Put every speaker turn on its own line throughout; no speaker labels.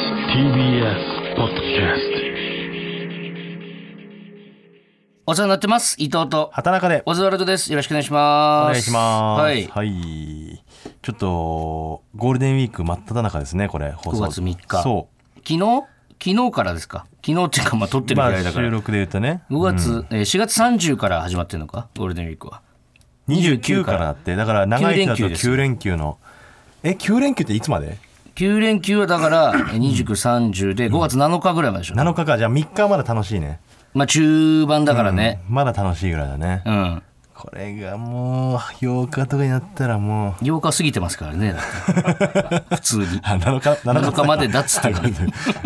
TBS ポッドキャス
お世話になってます伊藤と
畑中でお
オズワルドですよろしくお願いします
願いします。
はい
はいちょっと、ゴールデンウィーク真っ只中ですね、これ、放
9月3日
そ
昨日昨日からですか昨日っていうかまあ撮ってる
う。
ぐ
ま
ら
あ、
いだから
収録で言うとね、
5月、えー4月30から始まってるのかゴールデンウィークは
29からだって、だから長い人だと
九連休ですね
9連休の。え、9連休っていつまで
9連休はだ から2930で5月7日ぐらいまででしょ、
?7 日か、じゃあ3日はまだ楽しいね。
まあ中盤だからね
まだ楽しいぐらいだね。
うん、
これがもう、8日とかになったらもう、
8日過ぎてますから ねだって普通に
あ7日、
7日までだっつってんのに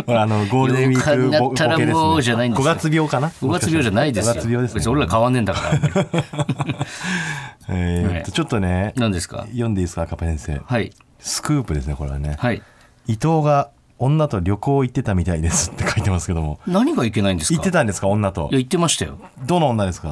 ほら、あの、ゴールデンウィ
8
ー
日
ク
になったらもうじゃないんです
5
よ
月病かな
5月病じゃないですよ
5月病ですね。
別に俺ら変わんねえんだからあんまり
えーっと、ちょっとね、
何ですか
読んでいいですか、赤ペン先生。
はい
スクープですね、これはね。
はい
伊藤が女と旅行行ってたみたいですって書いてますけども。
何がいけないんですか
行ってたんですか、女と
いや。言ってましたよ
どの女ですか
い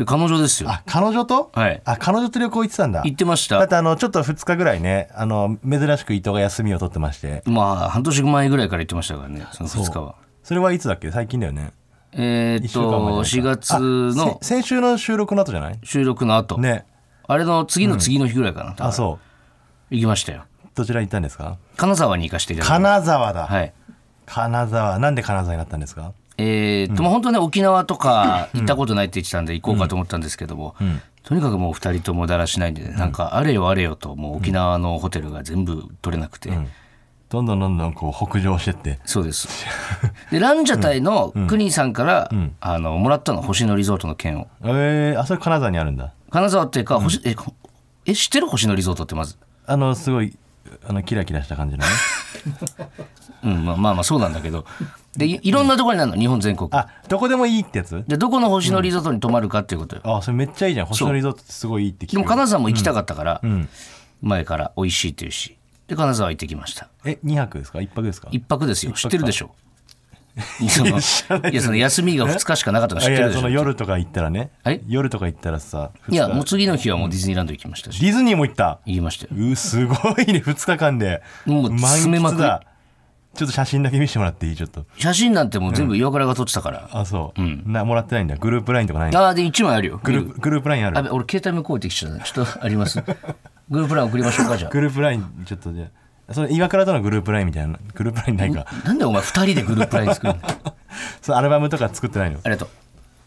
や彼女ですよ
あ、彼女と
はい
あ、彼女と旅行行ってたんだ。
言ってまし
だったてあの、ちょっと2日ぐらいね、あの、珍しく伊藤が休みを取ってまして。
まあ半年前ぐらいから言ってましたからねその2日は
それはいつだっけ最近だよね。
えー
1
っ
週間前
と4
じゃないか
月の
あせ先週の収録の後じゃない
収録の後、
ね。
あれの次の次の日ぐらいかな、
あ、そう
行きましたよ
う。どちらに行ったんですか
金沢に行かせていただい
金沢だ。
てはい
金沢。なんで金沢になったんですか
えーっと、まあ本当はね沖縄とか行ったことないって言ってたんで行こうかと思ったんですけども、とにかくもう2人ともだらしないんでね、なんかあれよあれよともう沖縄のホテルが全部取れなくて、
どんどんどんどんこう北上してって。
そうです。で、ランジャタイのクニさんから、あの、もらったの、星野リゾートの券を。
えー、あ、それ金沢にあるんだ。
金沢っていうか、星、え、こえ、知ってる星野リゾートってまず。
あの、すごい、あの、キラキラした感じのね。
うん、まあまあまあ、そうなんだけど。で、いいろんなところになるの、日本全国。
あ、どこでもいいってやつ
で、どこの星野リゾートに泊まるかっていうことよ。
あ、それめっちゃいいじゃん。星野リゾートってすごいいいって聞
でも、
く。
金沢も行きたかったから、前から美味しいっていうし。で、金沢行ってきました。
え、2泊ですか ?1 泊ですか
一泊ですよ。知ってるでしょ。そのいや、その休みが2日しかなかったの知
あ
っ
い
てる
や、
でし
その
ょ。
夜とか行ったらね
はい。
夜とか行ったらさ、二
いや、
日
もう次の日はもうディズニーランド行きましたし。
ディズニーも行った。
行きましたよ。
うすごいね、2日間で。
もう詰めまくり
満喫だちょっと写真だけ見せてもらっていいちょっと。
写真なんてもう全部岩倉が撮ってたから。
あ、そう。な、もらってないんだ。グループラインとかないんだ。
ああ、で、1枚あるよ。
グループ、グループラインあ
あ
る。
べ、俺携帯向こうってきちゃった。ちょっとあります。 グループラン送りましょうか、じゃ
グループライン、ちょっとじゃあそれ、岩倉とのグループラインみたいな、グループラインないか。
あ。なんでお前2人でグループライン作るの あ
そのアルバムとか作ってないの
りがと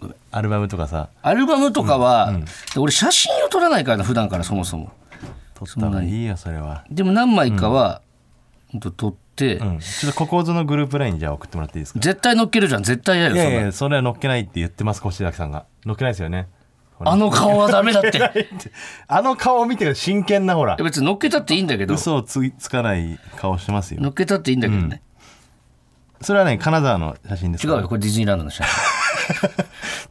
う。
アルバムとかさ、
アルバムとかは、で俺写真を撮らないからな、普段からそもそも。
撮った方がいいよ、それは。
でも何枚かは、ほんと撮って、
うん、ちょっとここぞのグループラインじゃあ送ってもらっていいですか
絶対乗っけるじゃん。絶対嫌よ、
い
そん
や
ない
やそれは乗っけないって言ってます越崎さんが乗っけないですよねほら
あの顔はダメだって。い や
あの顔を見て真剣なほら
別に乗っけたっていいんだけど、
嘘をついつかない顔してますよ
乗っけたっていいんだけどね。
それはね金沢の写真です
違
か
うよ、これディズニーランドの写真。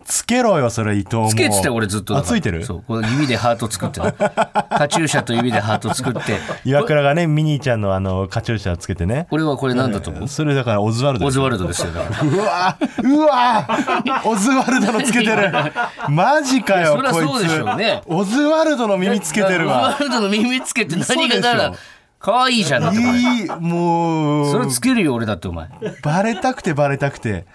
つけろよそれ伊藤も
つけてたよ俺ずっとだ
あ
から
ついてる
そうこの指でハート作ってたカチューシャと指でハート作って
岩倉がねミニーちゃんのあのカチューシャをつけてね
俺はこれなんだと思う
それだからオズワルド
オ
です
ズ
よ
ワルドですよだから
うわうわオズワルドのつけてるマジかよ
いやそりゃそ
こ
う
い
で
つ
しょうね
オズワルドの耳つけてる
オ
わ
ズワルドの耳つけて何がだ
嘘
ら
でし
可愛いじゃんだってお前
いいもう
それつけるよ俺だってお前
バレたくてバレたくて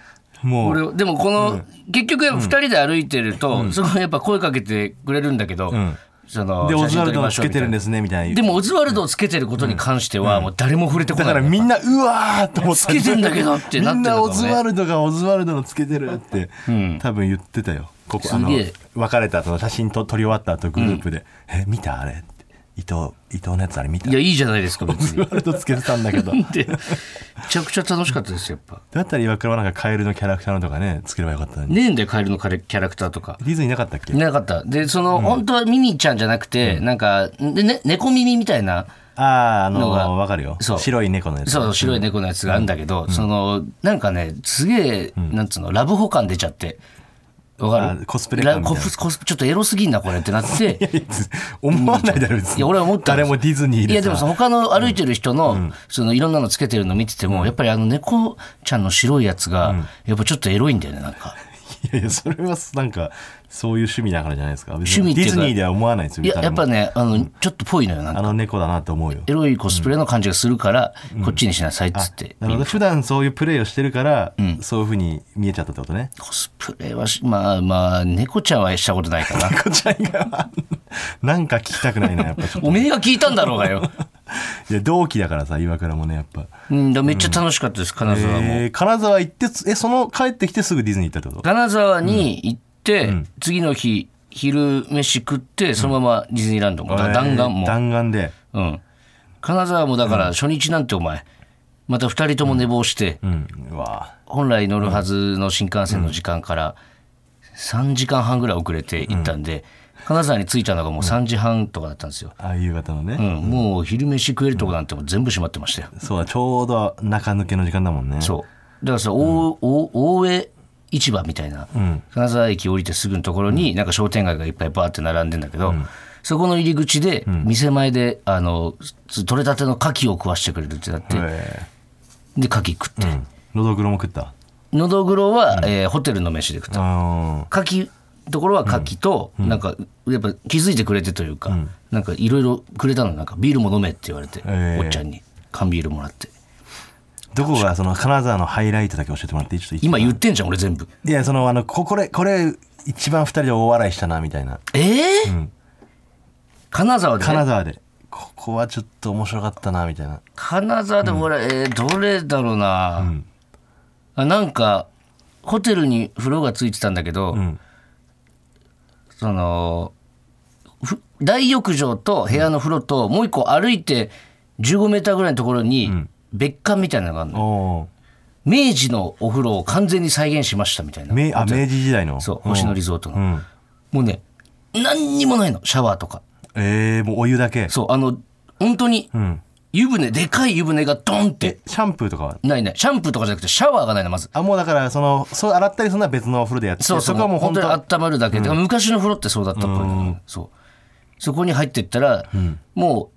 もう
俺でもこの結局やっぱ2人で歩いてるとそこやっぱ声かけてくれるんだけど
ん
その
でオズワルドを
写真撮り
つ
ましょうみ
け
た
て
いな
るんですねみたいな
でもオズワルドをつけてることに関してはもう誰も触れてこ
だ
な
から
い
みんなうわーと思っ
つ
た
けてんだけどってなってる
みん
のか
な
も
オ
ね
ズワルドがオズワルドのつけてるって、
ん
多分言ってたよここ
すげえ
あの別れた後の写真と撮り終わった後グループで「え見たあれ」って伊藤伊藤のやつあれ見た
いやいいじゃないですか別
オズ
に
ワルドつけてたんだけ ど
でめちゃくちゃ楽しかったですよやっぱ
だったら岩倉はなんかカエルのキャラクターのとかねつければよかったのに
ねえんだよカエルのカレキャラクターとか
ディズニーなかったっけ
いなかったでその、本当はミニーちゃんじゃなくて、なんかで、ね、猫耳みたいな
ああーあ
のが
のわかるよ
そう
白い猫のやつ
そう白い猫のやつがあるんだけど、そのなんかねすげえ、なんつうのラブホ感出ちゃってわか
あ
る
ーコスプレ感
ラ
みたいな
コスコスちょっとエロすぎんなこれってな って
思わないだろ別に
いや俺は思ったんです
誰もディズニーでさ
いやでもその他の歩いてる人の、そのいろんなのつけてるの見てても、やっぱりあの猫ちゃんの白いやつが、やっぱちょっとエロいんだよねなんか
やいやそれはなんかそういう趣味だからじゃないですか別
趣味
に
って
デ
いう
ィ
か
ズニーでは思わないですよ
いややっぱ
ね
ねあのちょっとぽいのよなんか
あの猫だなって思うよ
エロいコスプレの感じがするから、こっちにしなさいっつって、
なるほど普段そういうプレイをしてるから、そういうふうに見えちゃったってことね
コスプレはしまあまあ猫ちゃんはした ことないか な
こちゃんがなんか聞きたくないな やっぱちょっと
おめえが聞いたんだろうがよ、
いや同期だからさ岩倉もねやっぱ
うん、だからめっちゃ楽しかったです金沢も、
えー金沢行ってえその帰ってきてすぐディズニー行ったってこと
金沢に行って、次の日昼飯食ってそのままディズニーランドも、だ弾丸
えー
も、
弾丸で
うん、金沢もだから初日なんてお前また2人とも寝坊して、
うんうわ
本来乗るはずの新幹線の時間から3時間半ぐらい遅れて行ったんで、金沢に着いたのがもう3時半とかだったんですよ、
ああ夕方のね、
うん、もう昼飯食えるとこなんてもう全部閉まってましたよ、
そうだちょうど中抜けの時間だもんね
そうだからさ、大大大江市場みたいな、金沢駅降りてすぐのところに、なんか商店街がいっぱいバーって並んでんだけど、そこの入り口で店前で、あの取れたての牡蠣を食わしてくれるってなって、
え
で牡蠣食って、
ーのどぐろも食った
のどぐろは、えーホテルの飯で食った
あ
牡蠣ところは牡蠣と、なんかやっぱ気づいてくれてというか、なんかいろいろくれたのなんかビールも飲めって言われて、
えー
おっちゃんに缶ビールもらって
ーどこがその金沢のハイライトだけ教えてもらっていいちょっと
今言ってんじゃん俺全部
いやそのあのここれこれ一番二人で大笑いしたなみたいな
えー金沢で
金
金
沢でここはちょっと面白かったなみたいな
沢で俺、えーどれだろうな、あなんかホテルに風呂がついてたんだけど、
ん
そのふ大浴場と部屋の風呂と、もう一個歩いて15メーターぐらいのところに、別館みたいなのがあるの
お
明治のお風呂を完全に再現しましたみたいな
ー明あ明治時代の
そう
うん
星野リゾートの、
うん
もうね何にもないのシャワーとか
えー、もうお湯だけ
そうあの本当に
うん
湯船でかい湯船がドンって
シャンプーとかは
ないないシャンプーとかじゃなくてシャワーがないのまず
あもうだからそのそう洗ったりそんな別のお風呂でやって
そうそ
そ
こ
こ
は
は
も
も
う本
う本
当
当
に温まるだけで、昔の風呂ってそうだったっぽいのそうそこに入ってったら、も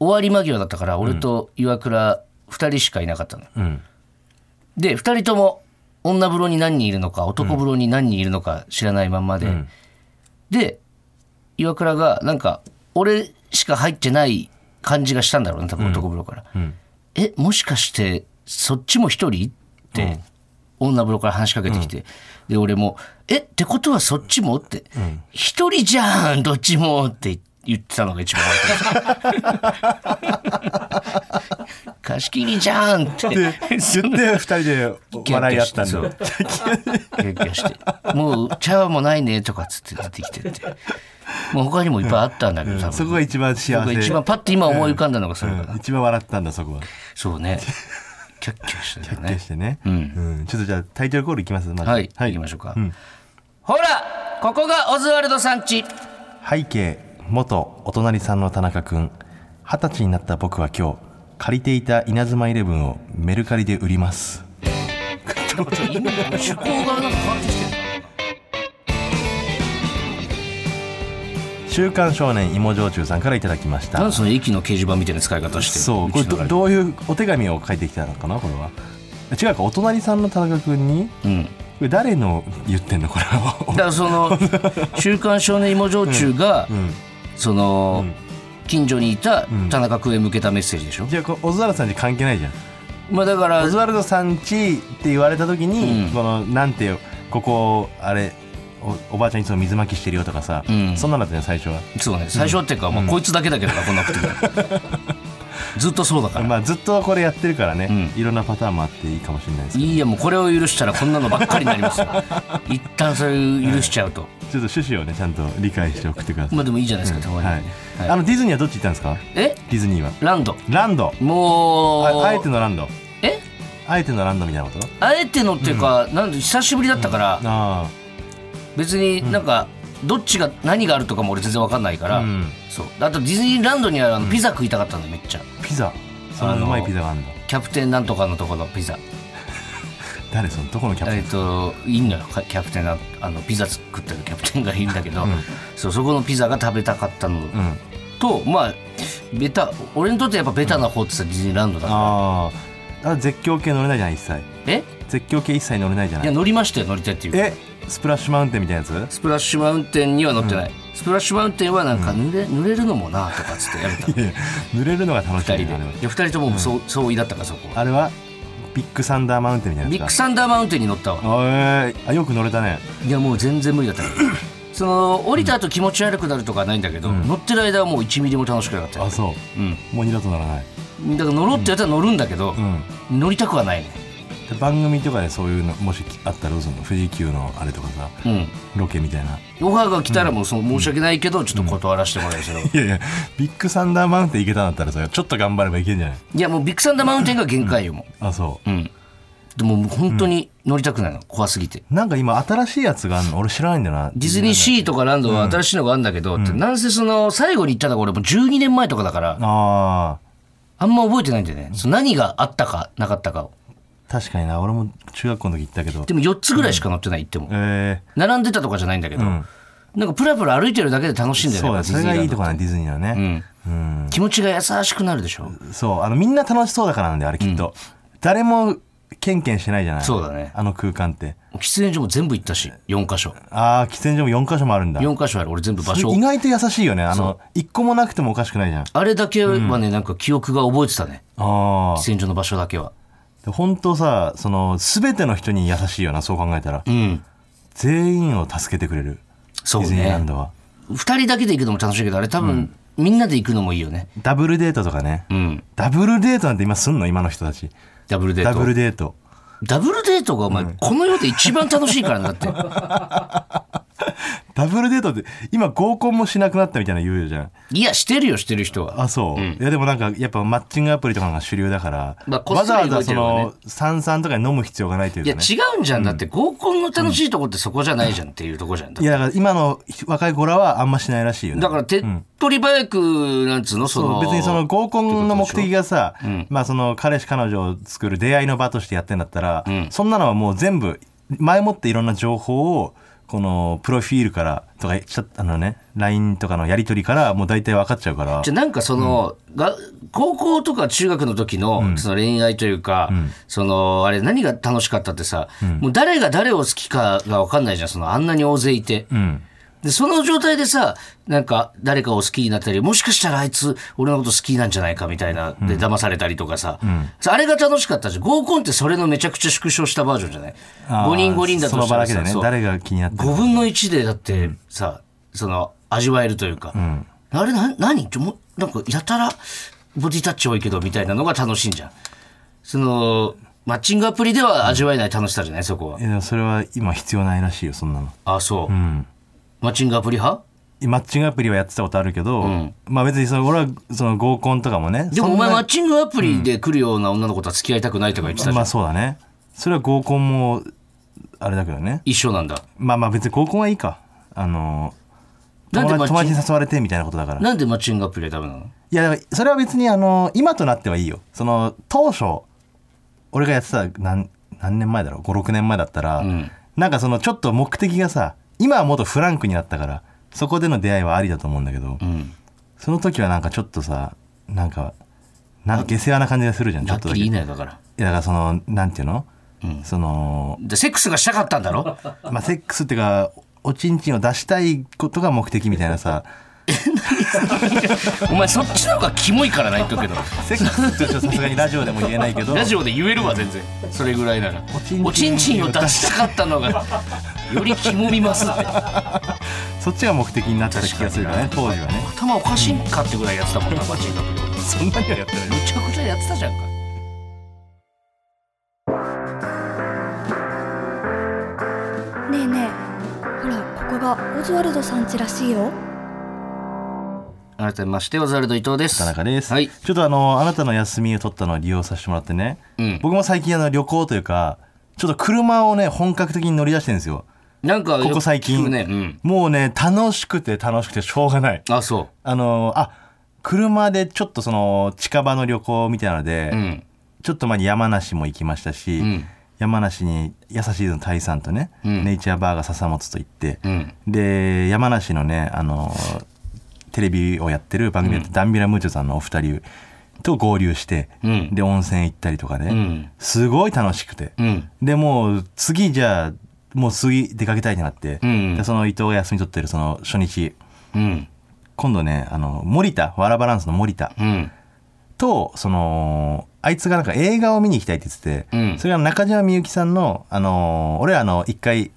う終わり間際だったから俺と岩倉2人しかいなかったの、
ん
で2人とも女風呂に何人いるのか男風呂に何人いるのか知らないままで、で岩倉がなんか俺しか入ってない感じがしたんだろうな多分男風呂から、えもしかしてそっちも一人って、女風呂から話しかけてきて、で俺も「えってことはそっちも?」って「一、人じゃんどっちも」って言ってたのが一番悪 い貸し切りじゃんって
で言って二人で笑い合ったん
そう
だ
キャッキャして「もう茶碗もないね」とかっつって出てきてってもう他にもいっぱいあったんだけど多分、
そこが一番幸
僕
せ
が一番パッて今思い浮かんだのがそれかな、
うん一番笑ったんだそこは
そうねキャッキャしてた
で
ね
してね、うんちょっとじゃあタイトルコールいきますまず
はい、行きましょうか、ほらここがオズワルドさんち
背景元お隣さんの田中君二十歳になった僕は今日借りていた稲妻イレブンをメルカリで売ります
趣向がなんか変わってきてる
「週刊少年芋焼酎」さんからいただきまし
な
た
んでその駅の掲示板みたいな使い方して
そうこれどどういうお手紙を書いてきたのかなこれは違うかお隣さんの田中君にこ
うん、
れ誰の言ってんのこれ
だ
は
か らその「週刊少年芋焼酎が」
うん
その、近所にいた田中君へ向けたメッセージでしょ、
じゃあこれオズワルドさんに関係ないじゃん
まあだから
オズワルドさんちって言われた時に、
うん
このなんてよここあれおおばあちゃんいつも水まきしてるよとかさ、
うん
そんなのだったじゃん最初は、
そうね最初っていうか、まあ、こいつだけだけどなこんなこと言うのずっとそうだから、
まあ、ずっとこれやってるからね、
う
いろんなパターンもあっていいかもしれないですけど
いいやもうこれを許したらこんなのばっかりになりますよ一旦それ許しちゃうと、
ちょっと趣旨をねちゃんと理解して送ってください、
まあでもいいじゃないですかたまに、
はい
はい
あのディズニーはどっち行ったんですか
え
ディズニーは
ランド
ランド
もう
ああえてのランド
え
あえてのランドみたいなこと
あえてのっていうか、なんで久しぶりだったから、
あ
別になんか、どっちが何があるとかも俺全然わかんないから、
あ、うん、
そうあとディズニーランドにはあのピザ食いたかったんでめっちゃ
ピザそのうまいピザがあるんだ
キャプテンなんとかのとこのピザ
誰そのどこのキャプテ
えっ
ン
といいのよかキャプテンなあのピザ作ってるキャプテンがいいんだけど、そうそこのピザが食べたかったの
うん
と、まあベタ俺にとってやっぱベタな方って言ったらディズニーランドだから、
あああ絶叫系乗れないじゃない一切
え
絶叫系一切乗れないじゃな
い
い
や乗りましたよ乗りたいっていう
えスプラッシュマウンテンみたいなやつ
スプラッシュマウンテンには乗ってない、スプラッシュマウンテンはなんか濡れ,、濡れるのもなとかっつってや めた二
いやいや濡れるのが楽しい
人
ん
で
だ
い
よあれは
や二人ともそう相違だったからそこは
あれはビッグサンダーマウンテンみたいな
ビ
や
ッグ
つ
サンダーマウンテンに乗ったわ
かあえーあよく乗れたね
いやもう全然無理だった その降りた後気持ち悪くなるとかはないんだけど、乗ってる間はもう1ミリも楽しくなかったよ
あそううもう二度とならない
んだから乗ろうってやったら乗るんだけど
う、ん
乗りたくはないね
で番組とかでそういうのもしあったらどうするの富士急のあれとかさ
うん
ロケみたいな
オファーが来たらもうその申し訳ないけどちょっと断らせてもらいますよ、
いやいやビッグサンダーマウンテン行けたんだったらそれちょっと頑張ればいけんじゃない
いやもうビッグサンダーマウンテンが限界よも
あそう
ううんでももう本当に乗りたくないの怖すぎて
なんか今新しいやつがあるの俺知らないんだよな
ディズニーシーとかランドは新しいのがあるんだけど、ってなんせその最後に行ったのが俺もう12年前とかだから
あ
あんま覚えてないんだよねその何があったかなかったかを
ー確かにな俺も中学校の時行ったけど
でも4つぐらいしか乗ってない行っても、
え
並んでたとかじゃないんだけど、
ん
なんかプラプラ歩いてるだけで楽しいん
ー
だよね
そう
やっぱ
だそれがいいとこ
ディズニーランド
なのディズニーのねうん、
気持ちが優しくなるでしょ、
そうあのみんな楽しそうだからなんだよあれきっと、誰もケンケンしてないじゃない
そうだね
あの空間って
喫煙所も全部行ったし4箇所
ああ喫煙所も4か所もあるんだ
4箇所ある俺全部場
そ
所
れ意外と優しいよねあの一個もなくてもおかしくないじゃんあ
あれだけはね、なんか記憶が覚えてたね
あ
喫煙所の場所だけは
で本当さその全ての人に優しいよなそう考えたら、
うん
全員を助けてくれる
そうね
ディズニーランドは
2人だけで行くのも楽しいけどあれ多分、みんなで行くのもいいよね
ダブルデートとかね、
うん
ダブルデートなんて今すんの今の人たち
ダブルデー
ダ
ト
ブルデート
ダブルデートがお前、この世で一番楽しいからなだ って
ダブルデートって今合コンもしなくなったみたいな言うじゃん
いやしてるよしてる人は
あそう、いやでもなんかやっぱマッチングアプリとかが主流だから、
まあこっ
わ
そ
ざ
り
わ
動い
ざ
て
そ
るわね
の三々とかに飲む必要がないという
いや
かね
違うんじゃん、だって合コンの楽しいとこってそこじゃないじゃんっていうとこじゃんだ
いやだから今の若い子らはあんましないらしいよね
だから手っ取り早くなんつうのその
別にその合コンの目的がさ、まあその彼氏彼女を作る出会いの場としてやってんだったら、そんなのはもう全部前もっていろんな情報をこのプロフィールからとかちょっとあのね LINE とかのやり取りからもう大体分かっちゃうから
じゃあなんかその、が高校とか中学の時のその恋愛というか、そのあれ何が楽しかったってさ、もう誰が誰を好きかが分かんないじゃんそのあんなに大勢いて。
うん
でその状態でさなんか誰かを好きになったりもしかしたらあいつ俺のこと好きなんじゃないかみたいなで騙されたりとかさ、あれが楽しかったじゃん合コンってそれのめちゃくちゃ縮小したバージョンじゃない
あー
5人5人だと
その
した
場
ら
だ
さ
けでね
そう
誰が気になってる
5分の1でだってさ、その味わえるというか、あれな何ちょもうなんかやたらボディタッチ多いけどみたいなのが楽しいんじゃんそのマッチングアプリでは味わえない楽しさじゃないそこはい
やでもそれは今必要ないらしいよそんなの、
あそう、
うん、
マッチングアプリ派
マッチングアプリはやってたことあるけど、まあ別にその俺はその合コンとかもね
でもお
そんな
前マッチングアプリで来るような女の子とは付き合いたくないとか言ってたじゃん、
まあそうだねそれは合コンもあれだけどね
一緒なんだ
まあまあ別に合コンはいいかあの
なん
友
でマッ
達
チン
友達に誘われてみたいなことだからい
なんでマッチングアプリはダメなの
やだからそれは別にあの今となってはいいよその当初俺がやってた何何年前だろう56年前だったら、
ん
なんかそのちょっと目的がさ今はもっとフランクになったからそこでの出会いはありだと思うんだけど、
うん
その時はなんかちょっとさなんかなん下世話な感じがするじゃんちょ
は
っ
っ
と
き
だ
り
け
言い
い
なよだから
やだからそのなんていうの、その
でセックスがしたかったんだろ
まあ、セックスっていうかおちんちんを出したいことが目的みたいな さ
お前そっちの方がキモいからな言っとくけど
セックスってちょっとさすがにラジオでも言えないけど
ラジオで言えるわ全然それぐらいなら
おちんちん
おちんちんを出したかったの がよりキモみますって
そっちが目的になってた気がするからね当時はね
頭おかしいんかってぐらいやってたもんなマッチングアプリ
そんなにはやってない
めちゃくちゃやってたじゃんか
ねえねえほらここがオズワルドさん家らしいよ
改めましてオズワルド伊藤です
田中です、
はい
ちょっとあのあなたの休みを取ったのを利用させてもらってね、
うん
僕も最近あの旅行というかちょっと車をね本格的に乗り出してるんですよ
なんかよく
ここ最近
聞くねうん
もうね楽しくて楽しくてしょうがない
あそ
あのあ車でちょっとその近場の旅行みたいなので、
ううん
ちょっと前に山梨も行きましたし、
ん
山梨に優しいのタイさんとね、
ん
ネイチャーバーガー笹本と行って、
うん
で山梨のねあのテレビをやってる番組やってるダンビラムーチョさんのお二人と合流して、
うん
で温泉行ったりとかね、
うん
すごい楽しくて、
うん
でもう次じゃあもう次出かけたいってなって、
うん
でその伊藤が休み取ってるその初日
うん
今度ねあの森田ワラバランスの森田
うん
とそのあいつがなんか映画を見に行きたいって言ってて、
うん
それが中島みゆきさんの、あのー俺らあの一回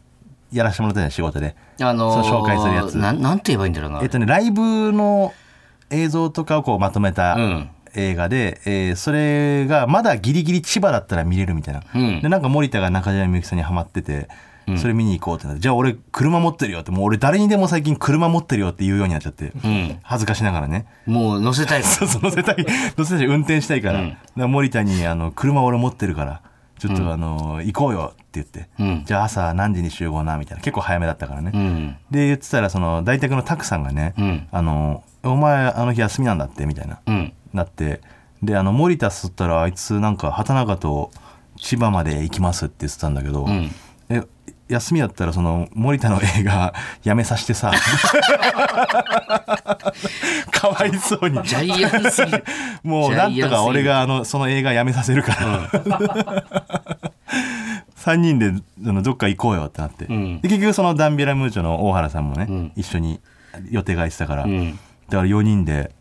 やらせてもらったじゃん仕事で、
あのー
その紹介するやつ
なんなんて言えばいいんだろうな
えっとね、ライブの映像とかをこうまとめた
うん
映画で、えーそれがまだギリギリ千葉だったら見れるみたいな、
うん
でなんか森田が中島みゆきさんにハマってて、それ見に行こうってなってじゃあ俺車持ってるよってもう俺誰にでも最近車持ってるよって言うようになっちゃって、
うん
恥ずかしながらね
もう乗せたいから
そうそう乗せ たい乗せたい運転したいから,、
うん
だから森田にあの「車俺持ってるからちょっと、あの行こうよ」って言って、
うん
じゃあ朝何時に集合な」みたいな結構早めだったからね、
うん
で言ってたらその大宅の拓さんがね、
うん
あの「お前あの日休みなんだって」みたいな、
うん
なってであの森田すったらあいつなんか畑中と千葉まで行きますって言ってたんだけど、
ん
え休みだったらその森田の映画やめさせ てさかわいそうに
ジャイアンすぎる
もう
ジャイア
な
ンす
ん
ぎる
とか俺があのその映画やめさせるから、3人であのどっか行こうよってなって、
ん
で結局そのダンビラムーチョの大原さんもね、
ん
一緒に予定が入ってたから、
うん
だから4人で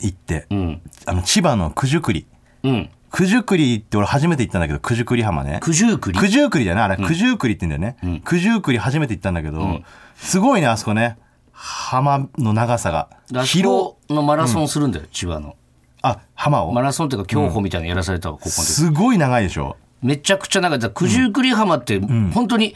行って、
うん
あの千葉の九十九里
うん
九十九里って俺初めて行ったんだけど九十九里浜ね
九十九
九
里
十九里だよねあれ九十九里って言うんだよね、
ん
九十九里初めて行ったんだけど、すごいねあそこね浜の長さが
ラス
広
トのマラソンするんだよ、千葉の
あ浜を、
マラソンっていうか競歩みたいなのやらされたわ、ここです
ごい長いでしょ
めちゃくちゃ長いだから九十九里浜って本当に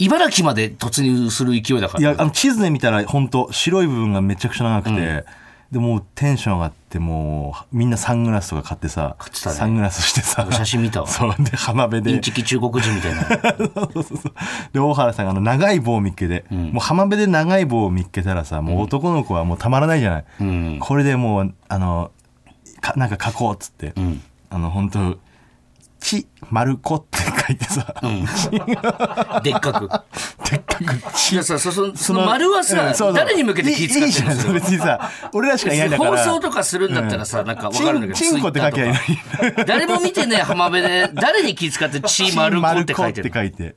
茨城まで突入する勢いだか
い
ら
やあの地図で見たら本当白い部分がめちゃくちゃ長くて、でもうテンション上がってもうみんなサングラスとか買ってさ
買ってたね
サングラスしてさ
写真見たわ
そうで浜辺で
インチキ中国人みたいな
そうそうそうで大原さんがあの長い棒を見っけて、もう浜辺で長い棒を見っけたらさもう男の子はもうたまらないじゃない、
ん
これでもうあのかなんか書こうっつって、あの本当ち丸子って書いてさ、
でっか
でっかく
くいやさそそその丸はさ、
うんそうそう
誰に向けて気遣
いいいい
って
じ
るんで
ゃん
す
それ別にさ俺らしかいないんだか
放
ら
送とかするんだったらさ、なんかわかるんだけど
チンチンコって書きゃいいのに
Twitter とか誰も見てね浜辺で誰に気遣って「ちまる子」って書いて
ちん丸子って
る
書いて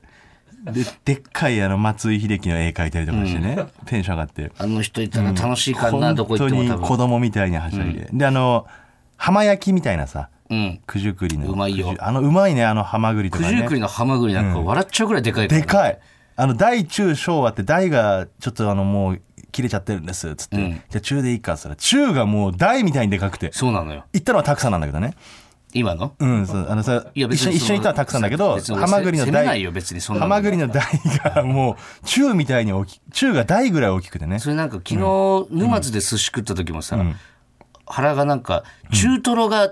ででっかいあの松井秀喜の絵描いたりとかしてね、テンション上がって
あの人いたら楽しいからな、どこ
本
行っ
当
て
に
も
子
多分
供みたいにはしゃいで、であの浜焼きみたいなさ
うん
九十九里の
うまいよ
九十あのうまいねあのハマグリと
九
か
十九里
ね
のハマグリなんか笑っちゃうぐらいでかいから
でかいあの大中小あって大がちょっとあのもう切れちゃってるんですっつって、
うん
じゃあ中でいいかっつったら中がもう大みたいにでかくて
そうなのよ
行ったのはたくさんなんだけどね
今の
うんそうあのさ
いや
一
別
緒
に
に一緒に行ったのはたくさんだけど
別に俺
ハマグリの
責めない
大
よ別にそんな
ハ
の
マグリの大がもう中みたいに大き中が大ぐらい大きくてね
それなんか昨日沼津で寿司食った時もさ、腹がなんか中トロが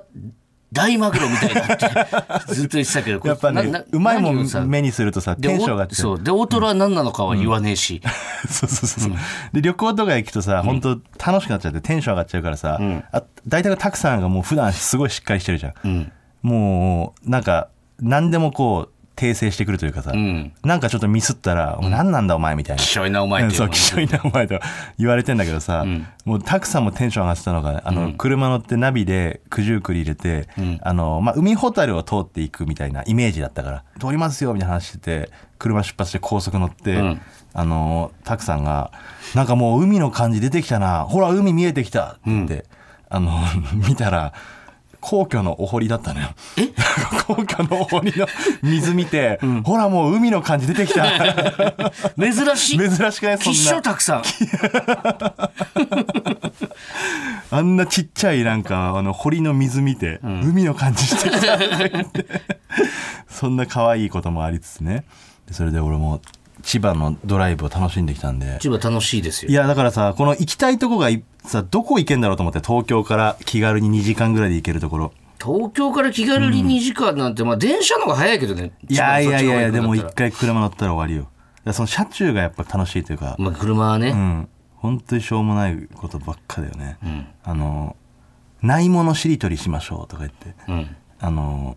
大マグロみたいだ ってずっと言ってたけどこれ
やっぱ
な
ね
な
うまいも
何を
ん
さ
目にするとさ
で
テンション上がっ
お
て
そうで大トロは何なのかは言わねえし、
そうそうそうそう、で旅行とか行くとさ本当楽しくなっちゃってテンション上がっちゃうからさ、あ大体たくさんがもう普段すごいしっかりしてるじゃん、
ん
もうなんか何でもこう訂正してくるというかさ、
ん
なんかちょっとミスったら「お前何なんだお前」みたいな
希。少いなお前って
そう、きしょいなお前と言われてんだけどさ、もうたくさんもテンション上がってたのが、あの、車乗ってナビで九十九里入れて、あの、まあ、海ほたるを通っていくみたいなイメージだったから、通りますよ、みたいな話してて、車出発して高速乗って、
ん
あの、たくさんが、なんかもう海の感じ出てきたな、ほら、海見えてきたって言って、あの、 見たら、皇居のお堀だったのよ。 皇居のお堀の水見て、ほらもう海の感じ出てき た。
珍しい
珍しくないそん
希
な。
少たくさん
あんなちっちゃいなんかあの堀の水見て、海の感じしてきたそんな可愛いこともありつつねでそれで俺も千葉のドライブを楽しんできたんで
千葉楽しいですよ
いやだからさこの行きたいとこがいさどこ行けんだろうと思って東京から気軽に2時間ぐらいで行けるところ
東京から気軽に2時間なんて、まあ電車の方が早いけどね
いやいやいやいや
千葉
で
の
も
そっちの方行くんだったら
一回車乗ったら終わりよだからその車中がやっぱ楽しいというか、
まあ車はね、
うん、本当にしょうもないことばっかだよね、あのないものしりとりしましょうとか言って、
ん
あの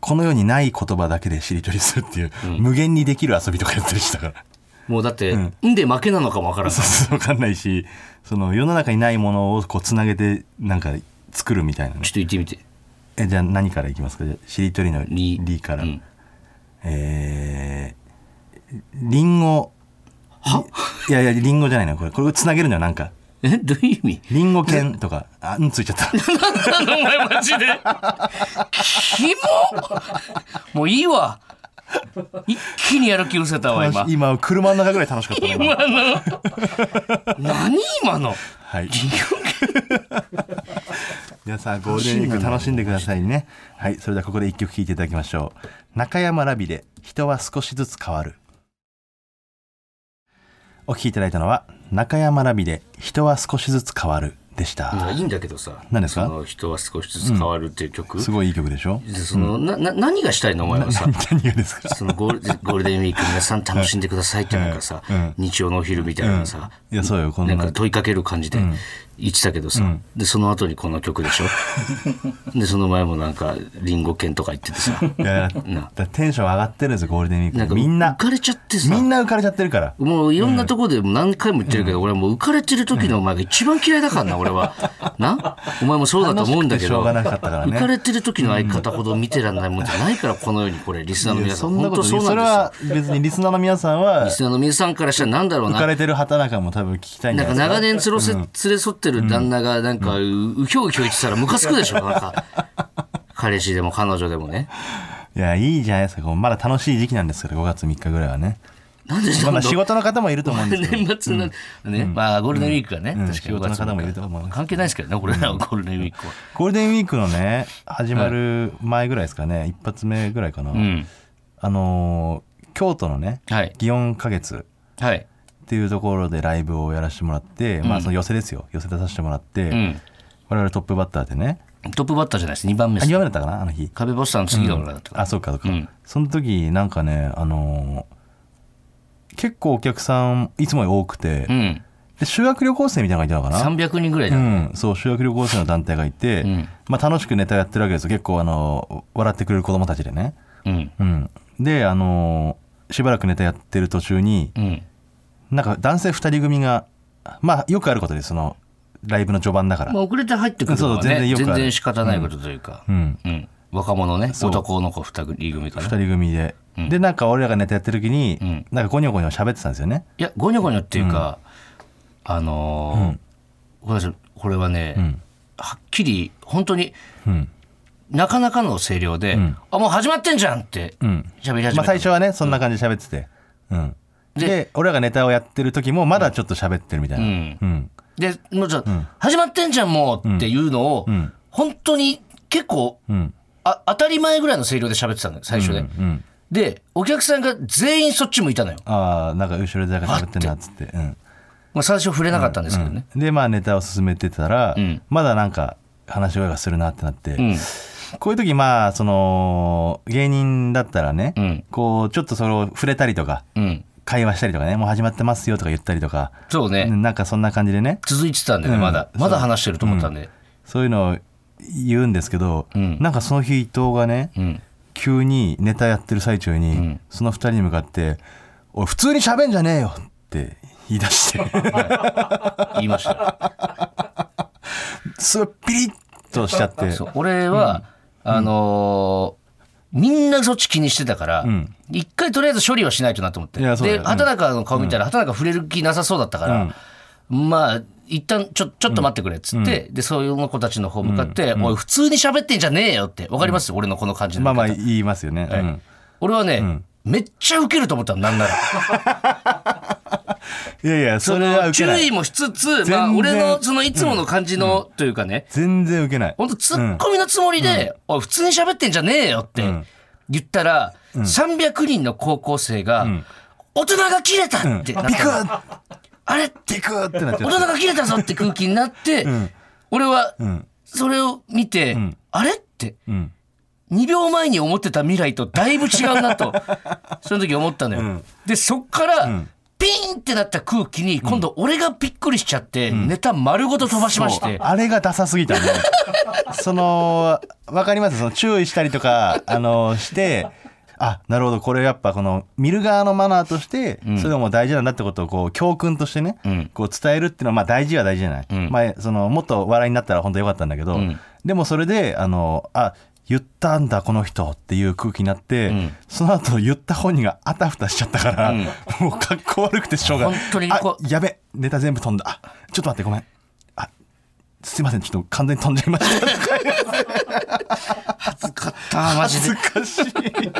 この世にない言葉だけでしりとりするっていう、無限にできる遊びとかやったりしたから
もうだって、んで負けなのかもわからん
そうそう分かんないしその世の中にないものをこうつなげてなんか作るみたいなね
ちょっと言ってみて
えじゃあ何からいきますかじゃあしりとりの「
リ
り」から、
うん
えー、りんごいやいやりんごじゃないなこれこれつなげるのよなんか
えどういう意味
りんご犬とかあうんついちゃった
お前マジでキモもういいわ一気にやる気失せたわ今
今車の中ぐらい楽しかったね今
何今の
はい 皆さんゴールデンウィーク楽しんでくださいねはいそれではここで一曲聴いていただきましょう中山ラビで人は少しずつ変わるお聴きいただいたのは中山ラビで人は少しずつ変わるでした、
いいんだけどさ
何ですか
その人は少しずつ変わるっていう曲、
すごいいい曲でしょ
でそのなな何がしたいのお前はさ
何がですか
そのゴール デンゴールデンウィーク皆さん楽しんでくださいってなんかさ、
うん
日曜のお昼みたいなさ、
いやそうよこん
な
なん
か問いかける感じで言ってたけどさ、でその後にこの曲 でしょでその前もなんかリンゴ犬とか言っててさ
いやだからテンション上がってるんですよゴールデンウィ
な
ー
ん
ク
か
みんな
浮かれちゃってさ
みんな浮かれちゃってるから
もういろんなとこで何回も言ってるけど、俺はもう浮かれてる時のお前が一番嫌いだからな、俺は。なお前もそうだと思うんだけど、
楽しくてしょうがなかったからね
浮かれてる時の相方ほど見てらんないもんじゃないから、このようにこれ、リスナーの皆さ
そ
ん、
んな
本
こ
当
と
そ
そう
なん
れ
ですよ
は。別にリスナーの皆さんは
リスナーの皆さんからしたらなんだろう
浮か
な。
れてる畑中も多分聞きたいんじ
な
ゃ
ん
な
か
いですか
長年連れせ連れ添ってる旦那がなんかううひょうひょ言ってたらムカつくでしょなんか彼氏でも彼女でもね
いやいいじゃないですかこうまだ楽しい時期なんですから5月3日ぐらい はね
なんでそ
ま
んな
だ仕事の方もいると思うんですけど
年 末な、ねまあゴールデンウィークはね、
う
確
ん
かに
仕事の方もいると思います
関係ないですけどねこれらはゴールデンウィークは、
ゴールデンウィークのね始まる前ぐらいですかね一発目ぐらいかな、
うん、
あのー京都のね
はい
祇園花月
はい
っていうところでライブをやらせてもらって、まあその寄せですよ寄せ出させてもらって、
うん
我々トップバッターでね
トップバッターじゃないです2番目
あ
で
2
す
番目だったかなあの日
壁ポスターの次が俺らだったから
あそうかそうか、
うん
その時なんかねあのー結構お客さんいつもより多くて、
うん、
で修学旅行生みたいなのがいたのかな
300人ぐらいだ、
うん、そう修学旅行生の団体がいて、
ん
まあ、楽しくネタやってるわけですよ結構あの笑ってくれる子供たちでね、
うん
うん、であのしばらくネタやってる途中に
うん
なんか男性2人組がまあよくあることですそのライブの序盤だから、
まあ、遅れて入ってくるのは
そう全然
ね
よくあ
全
る
然仕方ないことというか、
うん、
うん若者ね
そう
男の子2人組か
2
な
人組で、でなんか俺らがネタやってる時に、
ん
なんかゴニョゴニョ喋ってたんですよね
いやゴニョゴニョっていうか、あのーごめんなさいこれはね、
ん
はっきり本当に
うん、
なかなかの声量で「
ん
あもう始まってんじゃん!」って
うん
喋り始めたの、
まあ、最初はねそんな感じで喋ってて、うん
で
で俺らがネタをやってる時もまだちょっと喋ってるみたいな、
うん
うん
で、もうじゃあ始まってんじゃんもうっていうのを、
ん
本当に結構、
うん
あ当たり前ぐらいの声量で喋ってたのよ、最初で。
うんうん
で、お客さんが全員そっち向いたのよ。
ああなんか後ろで誰か喋ってんなっつってうん
まあ最初触れなかったんですけどね。
でまあネタを進めてたら、
ん
まだなんか話し声がするなってなって、
うん。
こういう時まあその芸人だったらね、
うん
こうちょっとそれを触れたりとか
うん。
会話したりとかねもう始まってますよとか言ったりとか、
そうね。
なんかそんな感じでね
続いてたんでね、
うん
まだ。まだ話してると思ったんで。
そういうのを言うんですけど、
うん
なんかその日伊藤がね、
うん。
急にネタやってる最中に、
ん
その二人に向かって「おい普通に喋んじゃねえよ!」って言い出して。
言いま した。
すごいピリッとしちゃって
そう俺は、あのーみんなそっち気にしてたから、
ん
一回とりあえず処理はしないとなと思って
いやそうだ
で
ようん
畑中の顔見たら、畑中触れる気なさそうだったから、まあ一旦ちょちょっと待ってくれっつって、でそういう子たちの方向かって「おい普通に喋ってんじゃねえよ」ってわかります、俺のこの感じの
ま
言い
あ
方
まあ言いますよね、うん
俺はね、めっちゃウケると思ったのなんなら
いやいやそれは受けな
注意
い
もしつつ、まあ、
全然
俺のそのいつもの感じの、というかね、
全然受けない
本当ツッコミのつもりで、おい普通に喋ってんじゃねえよって言ったら、300人の高校生が、大人が切れた
うん
って
ビ
な
ク
っ
ッ
たの、あれ
ビクッってなっちゃ
大
っ
人が切れたぞって空気になって、俺は
ん
それを見て、あれって
たうん
2秒前に思ってた未来とだいぶ違うな とその時思ったのよ。でそっから、ピーンってなった空気に今度俺がびっくりしちゃって、ネタ丸ごと飛ばしまし
そう
て
あれがダサすぎ たねそのわかりますその注意したりとかあのしてあなるほどこれやっぱこの見る側のマナーとして、
うん
それも大事なんだってことをこう教訓としてね、
うん
こう伝えるっていうのはまあ大事は大事じゃない、
うん
まあ、そのもっと笑いになったら本当よかったんだけど、
うん
でもそれであのあ言ったんだこの人っていう空気になって、
うん
その後言った本人があたふたしちゃったから、
うん
もう格好悪くてしょうがない
本当にこ
あ
う
やべネタ全部飛んだあちょっと待ってごめんあすいませんちょっと完全に飛んじゃいまし た
ああマジで
恥ずかしいよ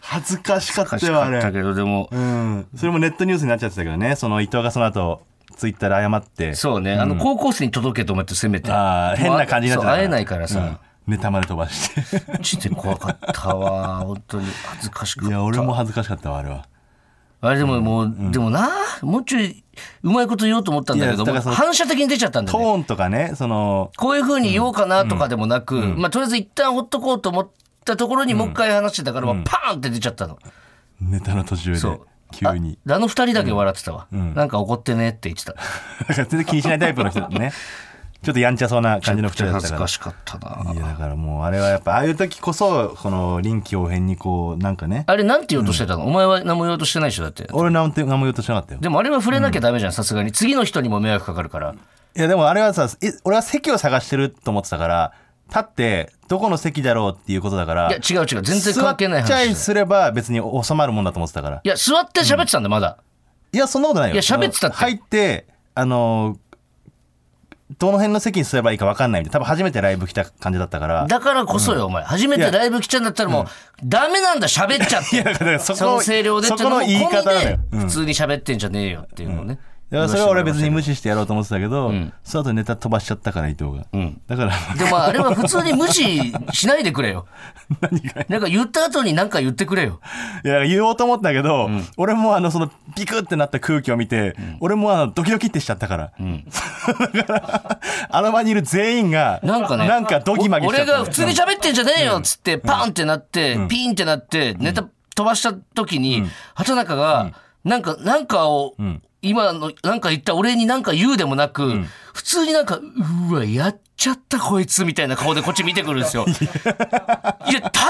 恥ずかしかっ
難
た
し
よあ
かった
れ、
けどでも
うん、それもネットニュースになっちゃってたけどねその伊藤がその後ツイッターで謝って
そうねあの高校生に届けと思ってせめて
あー変な感じになっちゃ
も
っ
う
た
会えないからさ、
うんネタまで飛ばして
マジで怖かったわ本当に恥ずかしかっ
い
た
や俺も恥ずかしかったわあれは
あれでももう、でもなもうちょいうまいこと言おうと思ったんだけど
いやだからそ
もう
の
反射的に出ちゃったんだ
ト
よね
ーンとかねその
こういうふうに言おうかなとかでもなく、まあ、とりあえず一旦ほっとこうと思ったところにもう一回話してたから、もうパーンって出ちゃったの、
ネタの途中で
そう
急に
ああの二人だけ笑ってたわ、なんか怒ってねって言ってた
だから全然気にしないタイプの人だねちょっとやんちゃそうな感じの人だっ
恥
た
ず
から
かしかったない
やだからもうあれはやっぱああいう時こそこの臨機応変にこうなんかね
あれなんて言おうとしてたの、お前は何も言おうとしてないでしょだって
俺なんて何も言おうとしなかったよ
でもあれは触れなきゃダメじゃんさすがに次の人にも迷惑かかるから
いやでもあれはさえ俺は席を探してると思ってたから立ってどこの席だろうっていうことだから
いや違う違う全然関係ない話
座っ
だ
ちゃ
よ
いすれば別に収まるもんだと思ってたから
いや座って喋ってたんだまだ、
いやそんなことないよ
いや喋ってたって
入ってあのどの辺の席に座ればいいか分かんないみたいな多分初めてライブ来た感じだったから
だからこそよ、お前初めてライブ来ちゃうんだったらもう、ダメなんだ喋っちゃって
だからそこ
その声量で
そこの言い方
だ
なのようん
普通に喋ってんじゃねえよっていうのをね、
だからそれは俺別に無
視
視してやろうと思ってたけど、
ん
その後ネタ飛ばしちゃったから伊藤が、
ん
だから
でもあれは普通に無視しないでくれよ
何が
なんか言った後に何か言ってくれよ
いや言おうと思ったけど、俺もあのそのビクってなった空気を見て、俺もあのドキドキってしちゃったから、だから あの場にいる全員が
なんかね
なんかドギマギしちゃ
俺
った
が普通に喋ってんじゃねえよっつってパンってなって、ピンってなってネタ飛ばした時に、畑中がなんかなんかを、今のなんか言った俺になんか言うでもなく、普通になんかうわやっちゃったこいつみたいな顔でこっち見てくるんで すよ。いや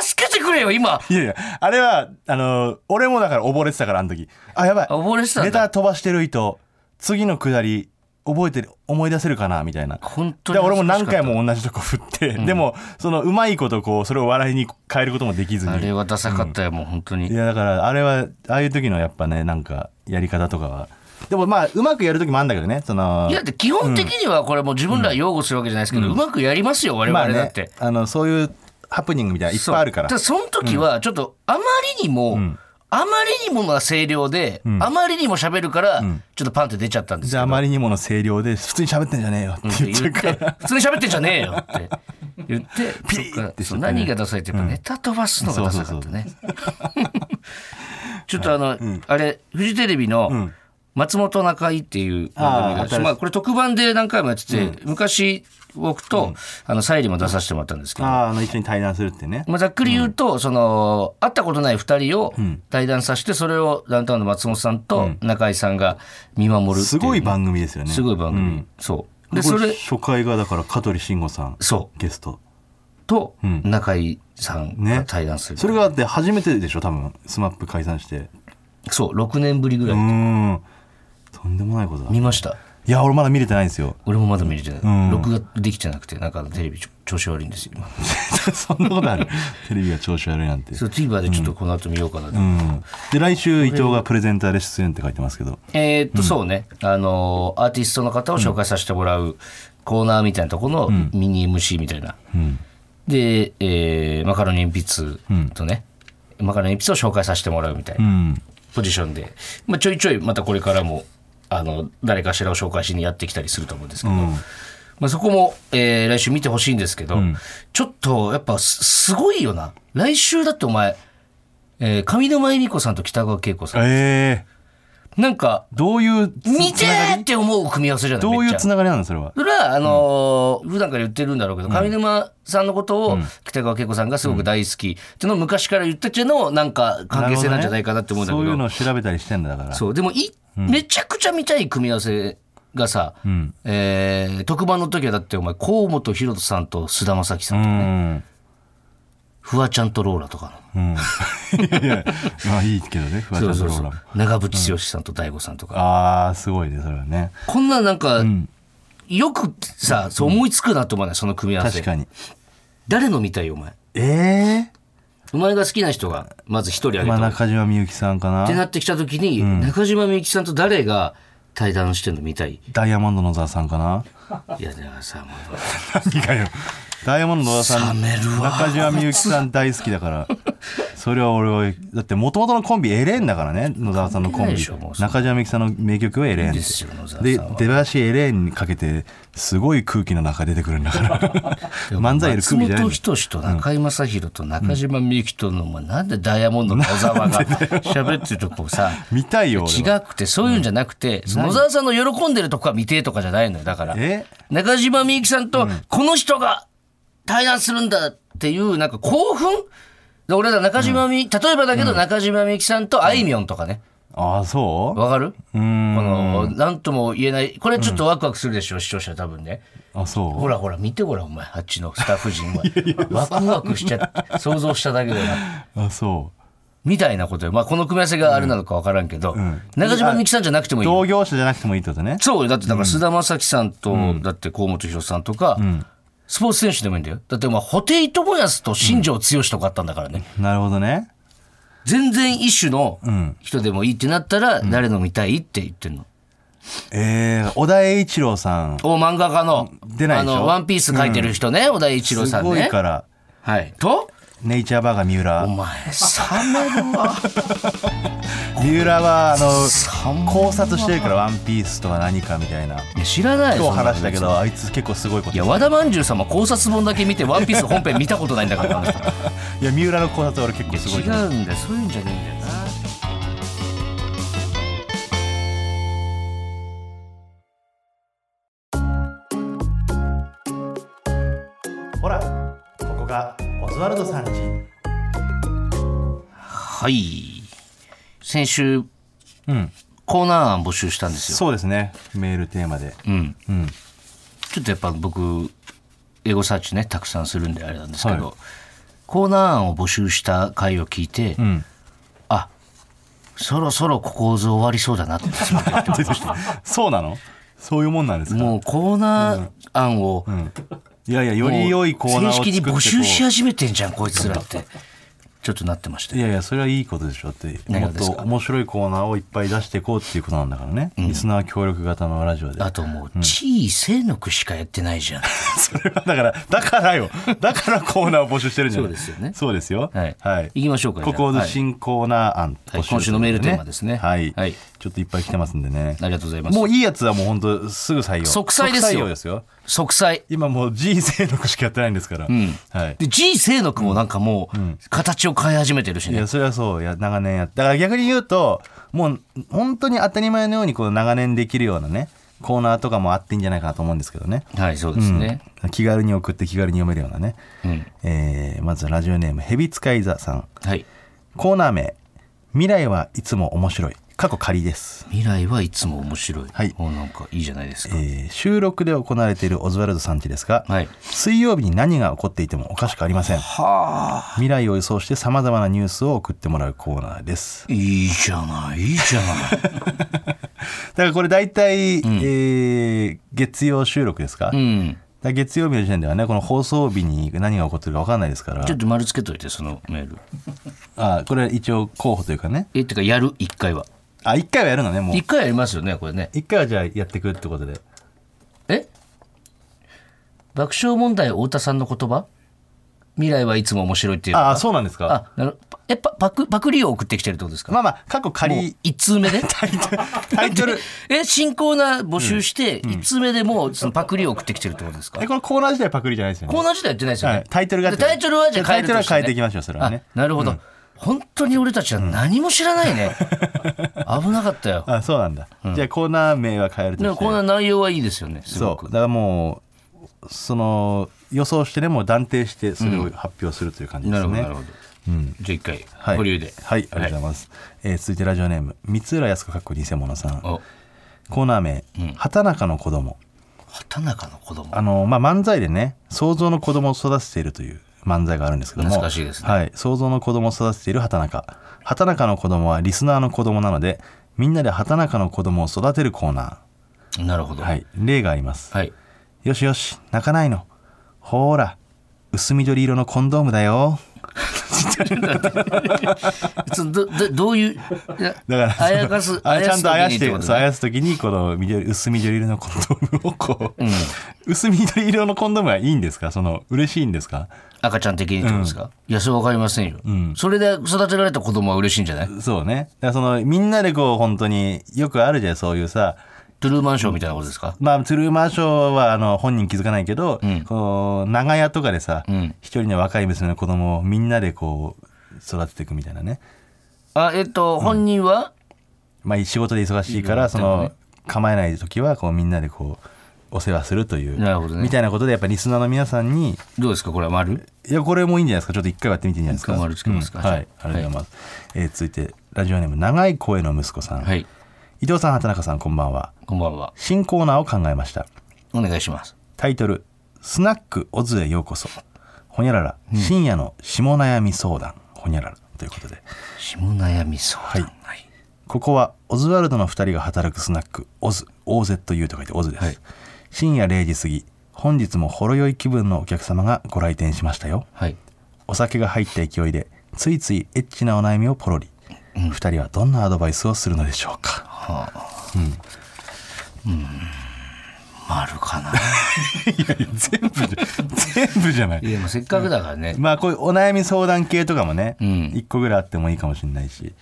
助けてくれよ今
いやいやあれはあの俺もだから溺れてたからあの時あやばい
あ溺れてたんだ
ネタ飛ばしてる糸次のくだり覚えてる思い出せるかなみたいな
本当に
で俺も何回
恥ずかしかっ
も同じとこ振って、でもそのうまいことこうそれを笑いに変えることもできず
たあれ
に
はダサかったよ、もう本当
い
に。
やだからあれはああいう時のやっぱねなんかやり方とかはでもまあうまくやる時もあるんだけどねその
いやで基本的にはこれもう自分ら擁護するわけじゃないですけど、うまくやりますよ我
まあ
々だっ
ね
て。
あのそういうハプニングみたいないっぱいあるから
そうただその時はちょっとあまりにも、あまりにもな声量で、あまりにも喋るから、ちょっとパンって出ちゃったんです
じ
よ
ゃああまりにもの声量で普通に喋ってんじゃねえよって言っち
言
ゃう
っ
から
て普通に喋ってんじゃねえよって言って
ピリッてしちゃった
そ
ね
っからそう何がダサいってやっぱネタ飛ばすのがダサかったねちょっとあの、あれフジテレビの「松本中井」っていう番組があって
あー
まあ、これ特番で何回もやってて、昔僕と、あの沙莉も出させてもらったんですけど
あーあの一緒に対談するってね
まあ、ざっくり言うと、その会ったことない2人を対談させて、それをダウンタウンの松本さんと中居さんが見守るっていうね、
すごい番組ですよね
すごい番組、
うん
そうでそれ
初回がだから香取慎吾さん
そ
ゲスト
うと
ん
中居さんが
ね
対談する、
それがあって初めてでしょ多分スマップ解散して
そう6年ぶりぐ
う
らい、
ーんとんでもないことだ
見
い
ました
や俺まだ見れてないんですよ
俺もまだ見れてない、
ん
録画できてなくてなんかテレビちょ調子悪いんですよ今
そんなことある テレビが調子悪いなんて
そう TVer でちょっとこの後見ようかなと、
うんで来週伊藤がプレゼンターで出演って書いてますけど
えーっと、そうね、あのーアーティストの方を紹介させてもらうコーナーみたいなところのミニ MC みたいな、
ん
で、えーマカロニ鉛筆とね、マカロニ鉛筆を紹介させてもらうみたいうなんポジションで、まあ、ちょいちょいまたこれからもあの誰かしらを紹介しにやってきたりすると思うんですけど、
うん
まあ、そこも、えー来週見てほしいんですけど、ちょっとやっぱすすごいよな来週だってお前、えー上沼恵美子さんと北川景子さん
ええ
なんか
どういうつ
見て
つなが
ー
り
って思う組み合わせじゃない
どう
めっ
いう
ちゃ
つながりなのそれは
それはあのー普段から言ってるんだろうけど上沼さんのことを北川景子さんがすごく大好きっていうのを昔から言っててのなんか関係性なんじゃないかなって思うんだけ
なるほねそういうの
ど
を調べたりしてんだだから
そうでもいめちゃくちゃ見たい組み合わせがさえー特番の時はだってお前河本大翔さんと菅田将暉さ
うんん
フワちゃんとローラとか
う んいやいやまあいいけどねフ
の
ワちゃんと
そう
ロ
そうそ
ーラ
う
も
長渕剛さんと大悟さんとか、
ああすごいねそれはね
こんななんか、
ん
よくさ、そう思いつくなと思わないその組み合わせ
確かに
誰の見たいお前
え
お前が好きな人がまず一人あげ
え
た
まあ
方が
中島みゆきさんか
ってな
な
ってきた時に、中島みゆきさんと誰が対談してんの見たい
ダイヤモンド野沢さんかない
やだからさもう
何がよダイヤモンド野沢さん
冷めるわ
中島みゆきさん大好きだからそれは俺はだって元々のコンビエレンだからね野沢さんのコン
関係ない
ビ
でしょもう
中島みゆきさんの名曲はエレンって
ですよ野沢さん
で
は
出だしエレンにかけてすごい空気の中出てくるんだから漫才より
松
空気じゃない
本
の
人志と中居正広と中島みゆきとの、まあなんでダイヤモンドの野 沢が喋ってるとこさ
見たいよ
違
俺は
くてそういうんじゃなくて、その野沢さんの喜んでるとこが見てえとかじゃないのよだから
え
中島みゆきさんとこの人が対談するんだっていうなんか興奮で俺ら中島み、例えばだけど中島みゆきさんとあいみょんとかね
ああそう
わかる
うーん
このなんとも言えないこれちょっとワクワクするでしょ、う視聴者多分ね
あそう
ほらほら見てごらんお前あっちのスタッフ 陣はワクワクしちゃって想像しただけだな
あそ
みたいなことよ、まあ、この組み合わせがあれなのか分からんけど、
ん
中島みゆきさんじゃなくても
う
いいよ
同業者じゃなくてもいいってことね
そうよだってだから菅田将暉さんと、だって河本宏さんとか、スポーツ選手でもいいんだよだってお前布袋寅泰と新庄剛志とかあったんだからね、
なるほどね
全然一種の人でもいいってなったら、誰の見たいって言ってんの。
えー、小田栄一郎さん
お漫画家の
出ないでしょ
あのワンピース書いてる人ね、小田栄一郎さ
す
ん
ご
ね
いから
はいと
ネイチャーバーガー三浦
お前さめるわ
三浦はあ
寒い
の考察してるから「ワンピースとは何かみたいない
や知らないよ
今日話し
そんなの
たけどあいつ結構すごいこと
いや和田まんじゅう様考察本だけ見て「ワンピース本編見たことないんだ からあの人
いや三浦の考察は俺結構すごいと
違
思う
うんだよそういうんじゃねえんだよな
ほらここがオズワルドさんち
はい先週
うん
コーナー案募集したんですよ。
そうですねメールテーマで
うん、
うん
ちょっとやっぱ僕エゴサーチねたくさんするんであれなんですけど、
は
コーナー案を募集した回を聞いて、
ん
あそろそろここず終わりそうだなって
そうなのそういうもんなんですか
もうコーナー案を、
いやいやより良いコーナー
正
を作っ
式
て
に
こう
募集し始めてんじゃんこいつらってちょっとなってました
いやいやそれはいいことでしょって
何
も
が
っ
です
と
か
面白いコーナーをいっぱい出していこうっていうことなんだからね、リスナー協力型のラジオで
あともう地位性の句しかやってないじゃん。
それはだから、だからよ。だからコーナーを募集してるんじゃな
そう
い
ですよね
そうですよ。
はい行きましょうか
ここ
じゃあ
の新コーナー案、
はい
募集
今週のメールテーマですね
はい。
はい
ちょっといっぱい来てますんでね
あ。りがとうございます。
もういいやつはもう本当すぐ採用。
即採ですよ
即採用ですよ。
即採
今もう人生のしかやってないんですから。はい。
で G 清野くんもなんかもう形を変え始めてるし
い
ね
や、それはそう。いや、長年やって。だから逆に言うと、もう本当に当たり前のようにこう長年できるようなね、コーナーとかもあっていいんじゃないかなと思うんですけどね。
はいそうですね、
うん気軽に送って気軽に読めるようなね、
うん
えーまずはラジオネームヘビ使い座さん
はい
コーナー名「未来はいつも面白い」過去仮です、
未来はいつも面白い、
はい
もうなんかいいじゃないです
え
か、
ー収録で行われているオズワルドさんちですが、
はい
水曜日に何が起こっていてもおかしくありません未来を予想してさまざまなニュースを送ってもらうコーナーです
いいじゃないいいじゃない
だからこれ大体、えー月曜収録ですか,、
う
だか
ん
ら月曜日の時点ではねこの放送日に何が起こってるか分かんないですから
ちょっと丸つけといてそのメール
あこれは一応候補というかね
えってかやる一回は
あ一回はやるのねもう
一回やりますよねこれね
一回はじゃあやってくってことで
え爆笑問題太田さんの言葉未来はいつも面白いっていう
ああそうなんですか
あなるえパパクパクリを送ってきてるってことですか
まあまあ過去
もう
仮
1通目で
タイトル
え新コーナー募集して1通目でもうそのパクリを送ってきてるってことですか、
えこのコーナー自体パクリじゃないですよ
コー
ね
ナー自体やってないですよね、
はいタイトルが
でタイトルはじゃあ変えるとして、ね、
タイトルは変えていきましょうそれはね
あなるほど、本当に俺たちは何も知らないね、危なかったよ
あそうなんだ、じゃあコーナー名は変えると
で
し
も
て
コーナー内容はいいですよねすご
そう
く
だからもうその予想してねもう断定してそれを発表するという感じで
な
す
る
ね、
ほどなるほど、じゃあ一回
はい、
保留で
はいありがとうございます、えー続いてラジオネーム三浦靖子かっこ偽物さん
お
コーナー名、畑中の子供
畑中の子供
あの、まあ、漫才でね想像の子供を育てているという漫才があるんですけども
懐かしいですね
はい、想像の子供を育てている畑中畑中の子供はリスナーの子供なのでみんなで畑中の子供を育てるコーナ
なるほ
ー、
ど。
は。い、例があります、
はい。
よしよし泣かないのほーら薄緑色のコンドームだよ
そのどどどういう、いや
だから
あやかす、
あちゃんとあやして
す時にってことね
そうあやす時にこの緑薄緑色のコンドームをこう、 薄緑色のコンドームはいいんですかその嬉しいんですか
赤ちゃん的にってことですか、いや、それわかりませんよ、それで育てられた子供は嬉しいんじゃない
そうねだからそのみんなでこう本当によくあるじゃんそういうさ
トゥルーマンションみたいなことですか、
まあ、トゥルーマンショーはあの本人気づかないけど、こう長屋とかでさ一、
ん
人の若い娘の子供をみんなでこう育てていくみたいなね、
あ、えっと、本人は、
まあ、仕事で忙しいからその構えない時はこうみんなでこうお世話するという
なるほどね
みたいなことでやっぱリスナーの皆さんに
どうですかこれは丸
いやこれもいいんじゃないですかちょっと一回やってみていいんじゃないですか
一回丸つけますか
うん
じゃあ
はいありがとうございます、えー続いてラジオネーム長い声の息子さん、
はい。
伊藤さん畑中さんこんばんは
こんばんは。
新コーナーを考えました
お願いします。
タイトル「スナックオズへようこそ」ほにゃらら深夜の下悩み相談ほにゃららということで
下悩み相談。
は
はい。
ここはオズワルドの2人が働くスナックオズ OZU と書いてオズです、
はい
深夜0時過ぎ本日もほろ酔い気分のお客様がご来店しましたよ
はい。
お酒が入った勢いでついついエッチなお悩みをポロリ、2人はどんなアドバイスをするのでしょうか
丸かな。
全部じゃ全部じゃない
いや、もうせっかくだからね。
まあこういうお悩み相談系とかもね、
ん
一個ぐらいあってもいいかもしれないしで
こ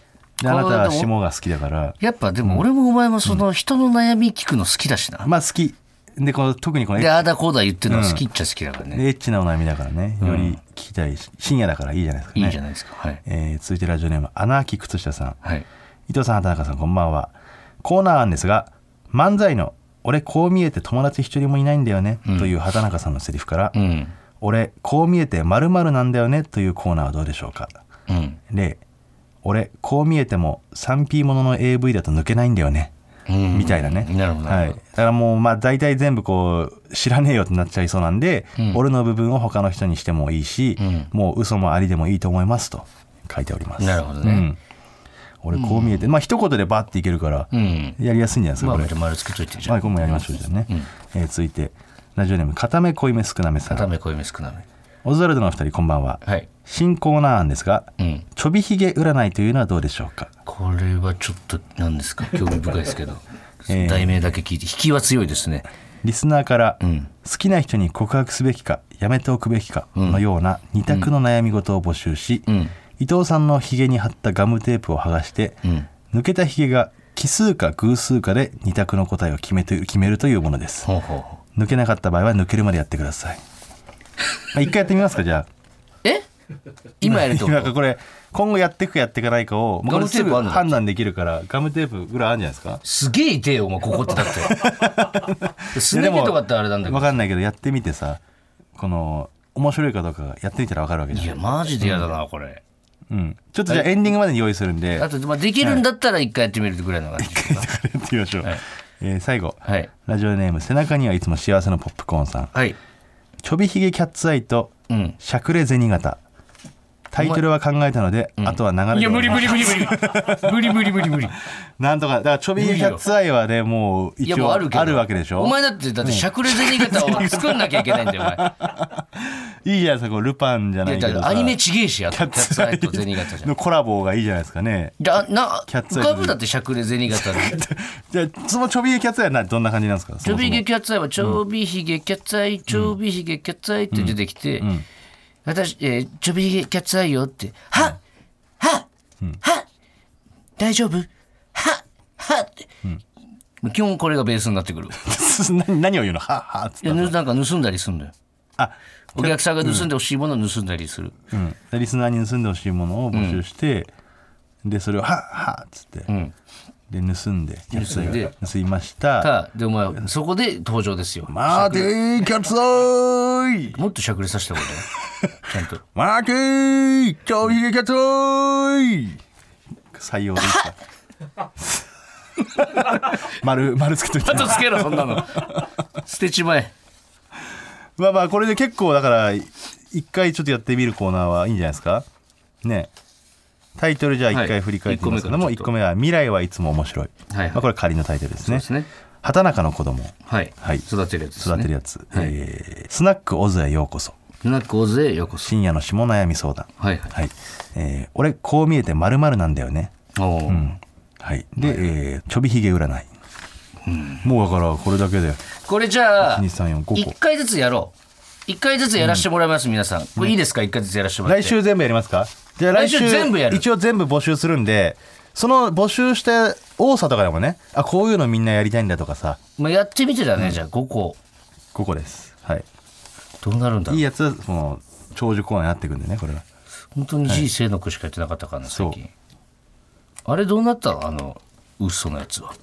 の
あなたは
でも
霜が好きだから
やっぱでも俺もお前もその人の悩み聞くの好きだしな。
まあ好きでこの特にこのエ
で、
ッ
ああだこうだ言ってるの好きっちゃ好きだからね。
エッチなお悩みだからねより聞きたいし、深夜だからいいじゃないですかね
いいじゃないですか。はい。
えー続いてラジオネームアナーキ靴下さん
はい。
伊藤さん畑中さんこんばんはコーナー案ですが漫才の「俺こう見えて友達一人もいないんだよね」という畑中さんのセリフから「
うん。
俺こう見えて〇〇なんだよね」というコーナーはどうでしょうか
うん。
例俺こう見えても 3P ものの AV だと抜けないんだよね、
うん
みたいなね
なるほどな
はい、
る
だ
ほ
からもうまあ大体全部こう知らねえよってなっちゃいそうなんで、俺の部分を他の人にしてもいいし、
ん
もう嘘もありでもいいと思いますと書いております
なるほどね
うん俺こう見えて、まあ一言でバッていけるから
うん。
やりやすいんじゃないですか、
まあ、
これ
めっちゃ丸つけといてじゃ
ま
ん
あ。これもやりましょうじゃあね、えー続いてラジオネーム片目濃いめ少なめさ
片
ん
目濃い目少なめ。
オズワルドのお二人こんばんは、
はい。
新コーナー案ですが、
うん。
ちょびひげ占いというのはどうでしょうか
これはちょっと何 ですか興味深いですけど、
えー
題名だけ聞いて引きは強いですね
リスナーから、
ん
好きな人に告白すべきかやめておくべきかのような二択の悩み事を募集し、
ん
伊藤さんのひげに貼ったガムテープを剥がして、
ん
抜けたひげが奇数か偶数かで二択の答えを決めて決めるというものです
ほうほうほう
抜けなかった場合は抜けるまでやってくださいまあ一回やってみますかじゃあ
え今やると
今これ今後やっていくかやっていかないかをもうこ
ガ
れ
ムテー
す
プ
ぐ
あるの
判断できるからガムテープぐらいあるんじゃないですか
すげえ痛えよお前ここってだ ってすね毛とかってあれなんだけ
わ
ど
かんないけどやってみてさこの面白いかどうかがやってみたらわかるわけじゃん
いやマジで嫌だなこれ
うん、ちょっとじゃあエンディングまでに用意するんで、
あと、まあ、できるんだったら一回やってみるぐらいの感じ
やってみましょう。えー最後、
はい
ラジオネーム、背中にはいつも幸せのポップコーンさん。
はい
ちょびひげキャッツアイと、
うん
しゃくれ銭形。タイトルは考えたので、あとは流れで
いや無理無理無理無理無理無理無理無理
なんとか、だからちょびひげキャッツアイはね、もう
い
一
やもう
応
あ
あ
るけど
るわけでしょ。
お前だってだってしゃくれ銭形を作んなきゃいけないんだよお前
いいじゃないですか、こうルパンじゃない
い
け
やだ
ど
か
さ。
らアニメちげえしやっ
キャ
た
ッツアイ
と銭形じゃん
のコラボがいいじゃないですかね。
だな
キャッツ
浮
アイと
かぶだってしゃくれ銭形で
じゃあ、そのちょびひげキャッツアイはなどんな感じなんですか
ちょびひげ
キ
キャッツアイはちょびひげキャッツアイちょびひげキャッツアイって出てきて、私、えーちょびひげキャッツアイよって、ははは大丈夫ははって、基本これがベースになってく る。
ャッツアイ。何何を言うのはっはっつっ
い
た
や
の
ぬなんか盗んだりするんだよ。
あ、
お客さんが盗んでほしいものを盗んだりする。
うん、リスナーに盗んでほしいものを募集して、でそれを「はっはっ」つって、
ん
で盗んでキャッツアイが
盗
盗みまし
た
た
だで、お前、そこで登場ですよ
「。待てーキャッツアイ
もっとしゃくれさせた方がいいよ ちゃんと。
待てーちょびひげキャッツアイ!」採用でき た丸丸つけといて
あとつ けろ、そんなの。捨てちまえ。
まあまあこれで結構だからい一回ちょっとやってみるコーナーはいいんじゃないですかねタイトルじゃあ一
は
回
い
振り返ってみますけど
一個目からちょ
も、
っと
一個目は未来はいつも面白い。
はいはい
まあこれ仮のタイトルです
そう
ね。
ですね。
畑中の子供。
はい。
はい
育てるやつですね。
育てるやつ。
はい
えースナックオズへようこそ。
なこぜようこそ。
深夜の下悩み相談。
はいはい。
はい。えー俺こう見えてまるなんだよね。
おー
はい。で、えーちょびひげ占い。もうだからこれだけで。
これじゃあ、
1 2 3 4 5個
一回ずつやろう。一回ずつやらせてもらいます、皆さん。これいいですか一回ずつやらせてもらっ
来
て。
週全部やりますかじゃあ来週
来週全部やる
一応全部募集するんでその募集した多さとかでもねあこういうのみんなやりたいんだとかさ
まあ、やってみてだね、じゃあ5個。
ここですはい
どうなるんだろ
いういやつはその長寿コーナーになってくんでねこれは
本当に G 生の子しかやってなかったからな、最
そ
近。あれどうなったのあの、嘘のやつは。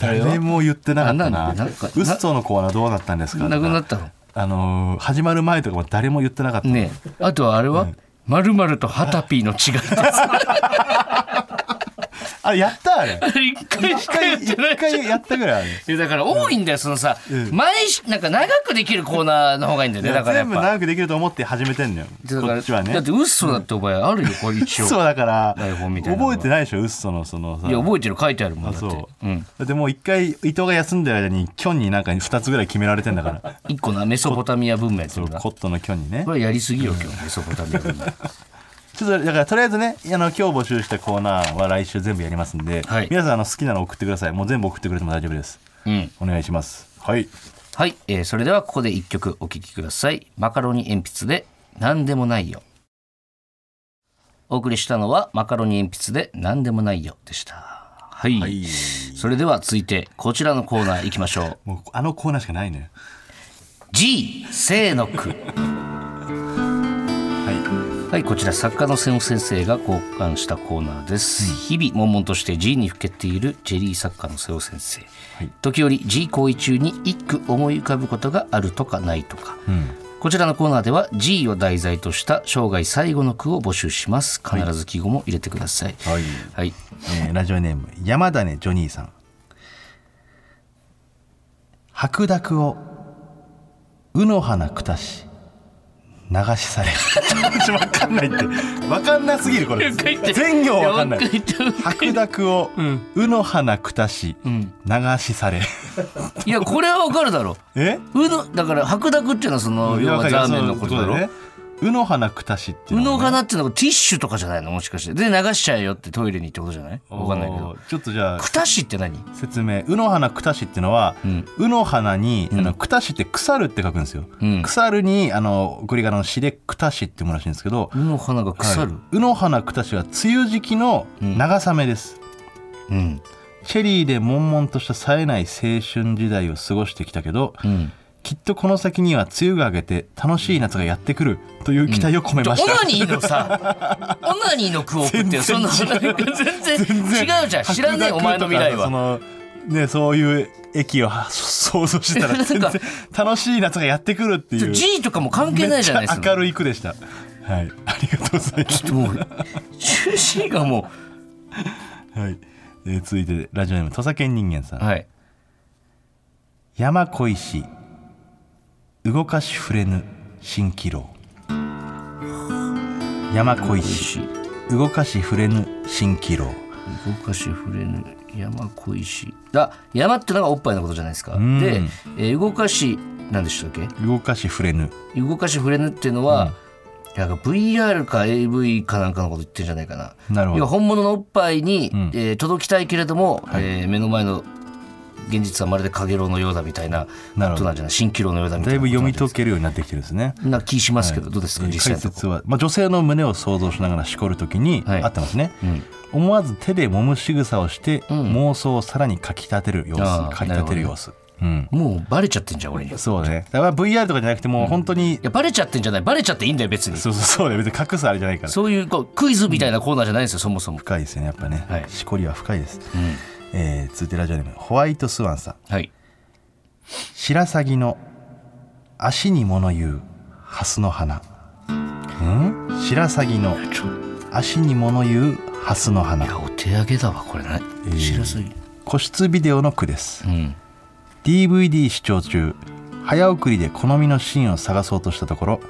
誰も言ってなかった
あな
なん
でなんか
ウストのコーナーどうなったんですか
なくなったの
あのー始まる前とかも誰も言ってなかった、
ねえあとはあれは、まるまるとハタピーの違いです。
あれやったあれ
一回し
一
か
回
やって
一
ない。
回やったぐらいある
いやだから多いんだよ、そのさ、毎週なんか長くできるコーナーの方がいいんだよね、だからやっ
全部
ぱ。
長くできると思って始めてんのよ
だか
こ
ら
っちはね
だって嘘だってお前あるよ、これ一応。
そうだから
台本みたいなのが
覚えてないでしょウッソのそのさ
いや、覚えてる、書いてあるもん
あ
だって。
そうう、
ん。
だってもう一回伊藤が休んでる間にキョンになんか2つぐらい決められてんだから
一個な、メソポタミア文明やって
そう
るな。
コ
こ
ットンのキョンにね
れやりすぎよ、 今日、メソポタミア文明。
ちょっとだからとりあえずねあの今日募集したコーナーは来週全部やりますんで、
はい
皆さんあの好きなの送ってくださいもう全部送ってくれても大丈夫です
うん。
お願いしますはい
はい、えーそれではここで一曲お聴きください。マカロニ鉛筆で何でもないよ。お送りしたのはマカロニ鉛筆で何でもないよでした。はい。
い
それでは続いてこちらのコーナー行きましょう。
もうあのコーナーしかないね
G 聖の句。
はい
はい、こちら作家の瀬尾先生が交換したコーナーです。日々悶々として G にふけているジェリー作家の瀬尾先生。
はい
時折 G 行為中に一句思い浮かぶことがあるとかないとか。
うん
こちらのコーナーでは G を題材とした生涯最後の句を募集します。必ず記号も入れてください。
はい、
はい。
えーラジオネーム山種ジョニーさん白濁をうの花くたし流しされちょっとわかんないってわかんなすぎるこれ
回言って
全行わかんない
いやもう一回言って
白濁をうの花くたし流しされ
いや、これはわかるだろ
え
う。うの、だから白濁っていうのはその、要はザーメンのことだろ。
うの花くたしっていう
うの
の
かなっていうのがティッシュとかじゃないのもしかして。で、流しちゃえよってトイレにってことじゃないわかんないけど。
どちょっとじゃあ
くたしって何
説明「うの花くたし」っていうのは「
うん
うの花に」
うん
あの「くたし」って「腐る」って書くんですよ。
うん
腐るにあの送り仮名の「し」で「くたし」っていうものらしいんですけど
うの花が腐る、
はいうの花くたしは梅雨時期の長さめです。
うん。
チェリーで悶々とした冴えない青春時代を過ごしてきたけど、
うん。
きっとこの先には梅雨が明けて楽しい夏がやってくるという期待を込め
オ
ました。
ナニーの さ、オナニーの句を送ってよそんな、全然違うじゃん。知らねえ、お前の未来は。
白濁とかそのねそういう駅をは想像してた ら全然楽しい夏がやってくるっていう
G とかも関係ないじゃないです
めっ
か。
ちゃ明るい句でしたはいありがとうございます、
もう、G がも
はいえー続いてラジオネーム土佐犬人間さん、
う、はい。
山小石動かし触れぬ蜃気楼山小石動かし触れぬ蜃気楼
動かし触れぬ山小石あ山ってのがおっぱいのことじゃないですか、
ん
で、えー動かし何でしたっけ
動かし触れぬ
動かし触れぬっていうのは、なんか VR か AV かなんかのこと言ってるんじゃないかな
なるほ
要は
ど
本物のおっぱいに、
ん
えー届きたいけれども、えー目の前の現実はまるで陽炎のようだみたいなことな
なる
ん
ほ
じ
ど
ゃない蜃気楼のようだみた
だ
いな
い
ことなん
ぶ読み
じゃない
解けるようになってきてるんですね
な気しますけど、どうですか
えー
実際の
解
とこ
説は、まあ、女性の胸を想像しながらしこるときに、
はい
合ってますね、
ん
思わず手で揉む仕草をして、
ん
妄想をさらにかき立てる様子
あー
かき立てる様子うん
もうバレちゃってんじゃん俺にい
そうねだから VR とかじゃなくてもう本当に、
やバレちゃってんじゃないバレちゃっていいんだよ別に
そうそうそうだよ別に隠すあれじゃないから
そういうこうクイズみたいなコーナーじゃないんですよ、そもそも。
深いですよねやっぱね、
はい
しこりは深いです、えー続いてラジオネームホワイトスワンさん
はい。
白鷺の足に物言う蓮の花ん白鷺の
ちょっ
足に物言う蓮の花
とお手上げだわ、これね。
ー
知らずに。
個室ビデオの句です
うん。
DVD 視聴中早送りで好みのシーンを探そうとしたところ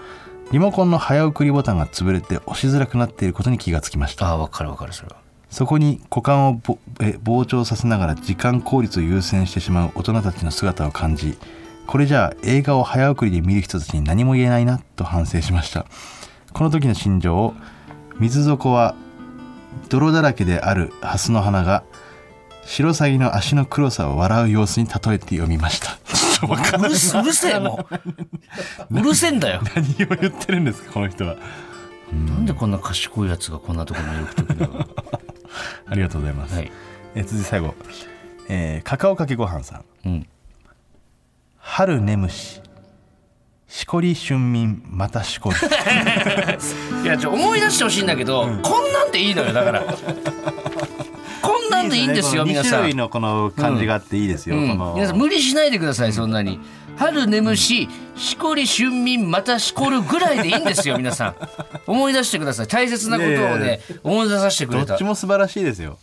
リモコンの早送りボタンが潰れて押しづらくなっていることに気がつきました
ああ分かる分かるそれは
そこに股間をぼえ膨張させながら時間効率を優先してしまう大人たちの姿を感じこれじゃあ映画を早送りで見る人たちに何も言えないなと反省しましたこの時の心情を水底は泥だらけであるハスの花が白鷺の足の黒さを笑う様子に例えて読みましたちょっとわ かん
う
ない
るせうるせえもううるせえんだよ
何を言ってるんですかこの人は
なんでこんな賢いやつがこんなところにいる時だろ
ありがとうございます、
はい
え続いて最後、えーカカオかけごはんさん
う、うん、
春眠ししこり春眠またしこり
いやちょ思い出してほしいんだけど、こんなんでいいのよ だからこんなんでいいんですよ
ねこ
皆
の二
さん
種類のこの感じがあっていいですよ、
うん
この
皆さん無理しないでくださいそんなに春眠ししこり春眠またしこるぐらいでいいんですよ皆さん思い出してください大切なことを
いやいやいや
ね思い出させてく
ど
れ
ったちも素晴らしいですよ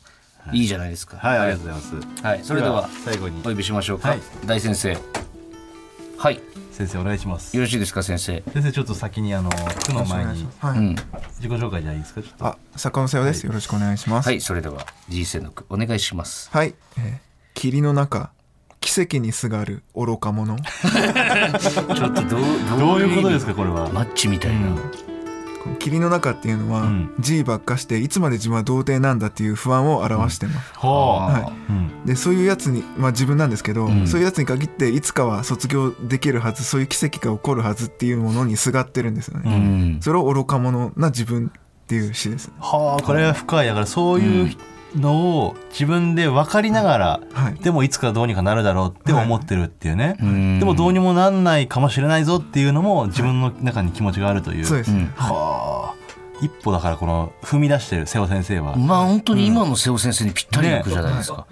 いいじゃないですか
はいありがとうございます、
はいそれでは
最後に
お呼びしましょうか、
はい
大先生はい
先生お願いします
よろしいですか先生
先生ちょっと先にあの句の前に
はい、
うん
自己紹介じゃいいですかちょっと
あ、坂本瀬尾です、よろしくお願いします。
はいそれでは人生の句お願いします
はい、えー霧の中、奇跡にすがる愚か者。
ちょっとどう
どういうことですかこれは、
マッチみたいな、
この霧の中っていうのは、
ん
G ばっかしていつまで自分は童貞なんだっていう不安を表してます、
は
はいでそういうやつにまあ自分なんですけど、そういうやつに限っていつかは卒業できるはずそういう奇跡が起こるはずっていうものにすがってるんですよ
う
ね、
ん
それを愚か者な自分っていう詩ですね
あ、はあこれは深いだからそういうのを自分で分かりながら、
はい
でもいつかどうにかなるだろうって思ってるっていうね、
ん
でもどうにもなんないかもしれないぞっていうのも自分の中に気持ちがあるという、
そうですね、
はあ一歩だからこの踏み出してる瀬尾先生は、
まあ本当に今の瀬尾先生にぴったりの句
ね
じゃないですか、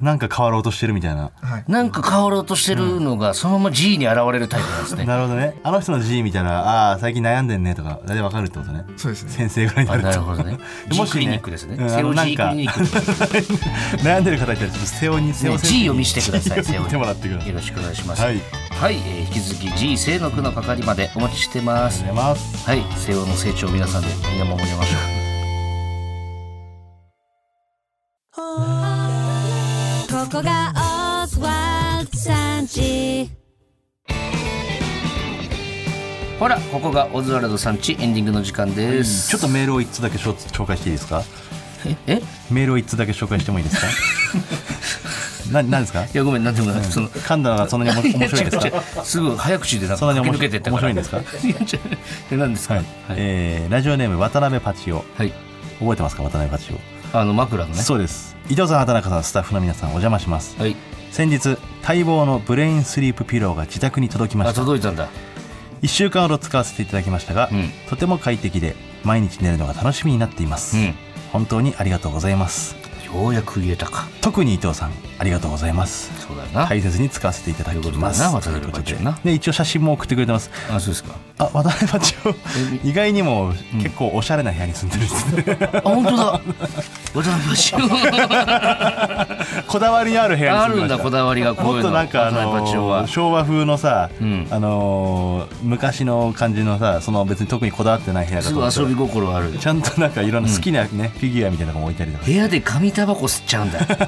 なんか変わろうとしてるみたいな、
はい
なんか変わろうとしてるのがそのまま G に現れるタイプなんですね。
なるほどねあの人の G 見たらああ最近悩んでんねとか大体わかるってことね
そうですね
先生ぐらいに
あ
なると
なるほどね。G
も
ク
しね
リニックですね。
うん
セオ
あの
G クリニックですね。
悩んでる方いたらちょっと瀬尾に瀬尾
G を見せてくださ い。
G
セオ
を見
に
てもらってください
よろしくお願いします。
は
はいい、えー引き続き G 性の句の係までお待ちしてます。
出ます
はい、西洋の成長を皆さんで見守りましょう。
ここがオズワルドさんち
ほら、ここがオズワルドさんちエンディングの時間です。
ちょっとメールを一つだけしょ紹介していいですか
ええ
メールを一つだけ紹介してもいいですか ななんですか
いやごめんなんでもない。その
噛んだのがそんなにおも面白いんです
いや
か
違う違う すぐ早口でなん
そ
か
んなに
駆
面
け抜
白
け
い
てった
面
か
白
ら。
いんですか、
いや違うえ何ですか。
は
はいい。
えーラジオネーム渡辺パチオ
はい。
覚えてますか渡辺パチオ
あの枕のね。
そうです伊藤さん畑中さんスタッフの皆さんお邪魔します
はい。
先日待望のブレインスリープピローが自宅に届きま
あ
した
届いたんだ。
1週間ほど使わせていただきましたが、
うん
とても快適で毎日寝るのが楽しみになっています、
うん。
本当にありがとうございます
ようやく言えたか
特に伊藤さんありがとうございます
そうだよな、
大切に使わせていただきます
ということだな
ということ
渡辺
で
パチオな
で一応写真も送ってくれてます
あそうですか
あ渡辺パチオ意外にも結構おしゃれな部屋に住んでるんですね、
あ本当 だ渡辺八郎
こだわりのある部屋に
あ
住ん
る
で
ん
ました
だこだわりがこうい
もっ
うの
となんかあ
渡辺八郎
の
は
昭和風のさ、
うん
あのー昔の感じのさその別に特にこだわってない部屋だ
す
と思
ご
っ
い
た
遊
ら
び心ある
ちゃんとなんかいろんな好きなね、フィギュアみたいなのが置いたりとか
部屋で紙タバコ吸っちゃうん だ渡辺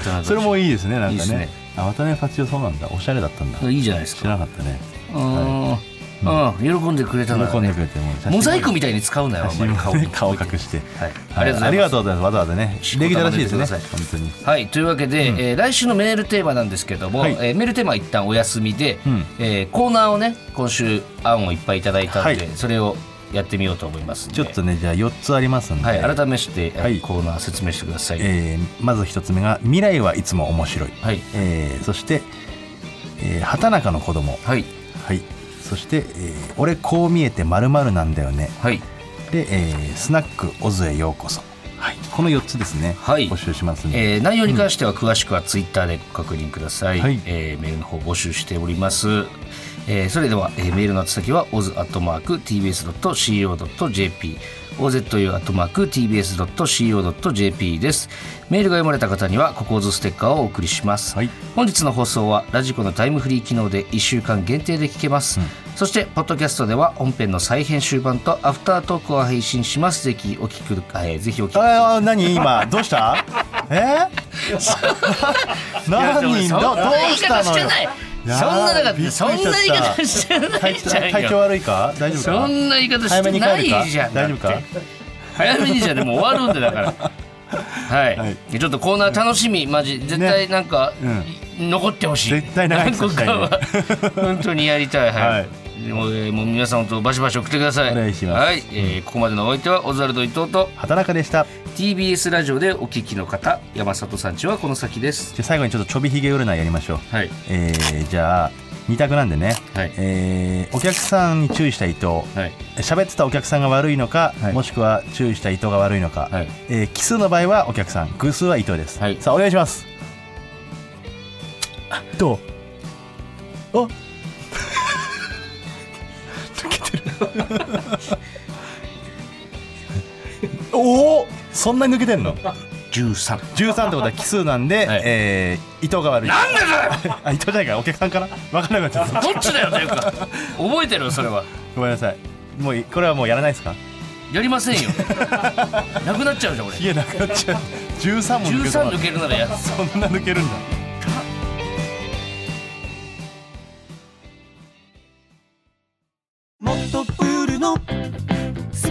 八郎
それもいいですねなんかね
いいですね
あ渡辺八郎そうなんだおしゃれだったんだ
いいじゃないです
知
から
なかったね
あー、うん、喜んでくれたなら
喜んで
ね
くれてもう写真
モザイクみたいに使うなよ
写
あんまり
真も
顔
ね
に
顔隠して、
はい
は
ありがとうございます
ありがとうございますわざわざね
仕事
礼儀正しいですね
頑張ってく
本当に
はいというわけで、えー来週のメールテーマなんですけども、
はい
えーメールテーマは一旦お休みで、
うん
えーコーナーをね今週案をいっぱいいただいたので、
はい
それをやってみようと思いますんで
ちょっとねじゃあ4つありますんで、
はい、改めして、
はい
コーナー説明してください。
えーまず1つ目が「未来はいつも面白い」
はい、
えーそして、えー畑中の子供
はい、
はいそして、えー俺こう見えてまるなんだよね」
はい、
で、えースナックオズへようこそ」はい、この4つですね、
はい
募集しますんで、
えー内容に関しては詳しくはツイッターでご確認ください。
はい
えーメールの方募集しております。えーそれでは、えーメールの宛先は oz.tbs.co.jp ozu.tbs.co.jp ですメールが読まれた方にはここ oz ステッカーをお送りします、
はい
本日の放送はラジコのタイムフリー機能で1週間限定で聞けます、そしてポッドキャストでは本編の再編集版とアフタートークを配信しますぜひお聞きくだ、えーぜひお聞きください
ああ何今どうした え何
いや
どどうしたのよ
そんな言い方してないそんなだからそんな言い方
し
してないじゃんよ
体調悪いか大丈夫か
そんな言い方
早
して
めに
な
帰るか
いじゃん
大丈夫
だ
か
って早めにじゃねもう終わるんでだ からはい、
はい
ちょっとコーナー楽しみマジ絶対なんか、残ってほしい
絶対長
何
く
個
したい
か
ね
は本当にやりたいはい、
は
でもえーもう皆さん本当バシバシ送ってください
お願いします
はい、えーここまでのお相手はオズワルド伊藤と
畑中でした
TBS ラジオでお聞きの方山里さんちはこの先です
じゃあ最後にちょっとちょびひげ占いやりましょう
はい
えーじゃあ二択なんでね、
はい
えーお客さんに注意した伊藤
はい
喋ってたお客さんが悪いのか、
はい
もしくは注意した伊藤が悪いのか、
はい
えー奇数の場合はお客さん偶数は伊藤です、
はい
さあお願いしますどうあ 抜けてる おおそんなに抜けてんの
13
13ってことは奇数なんで、
はい
えー伊藤が悪い
なんだそれ
あ伊藤じゃないかお客さんかな分からなくなっちゃった
どっちだよというか覚えてるそれは
ごめんなさいもういこれはもうやらないですか
やりませんよなくなっちゃうじゃん俺
いやなくなっちゃう13も抜けた
13抜けるならや
そんな抜けるんだ
もっとプールのス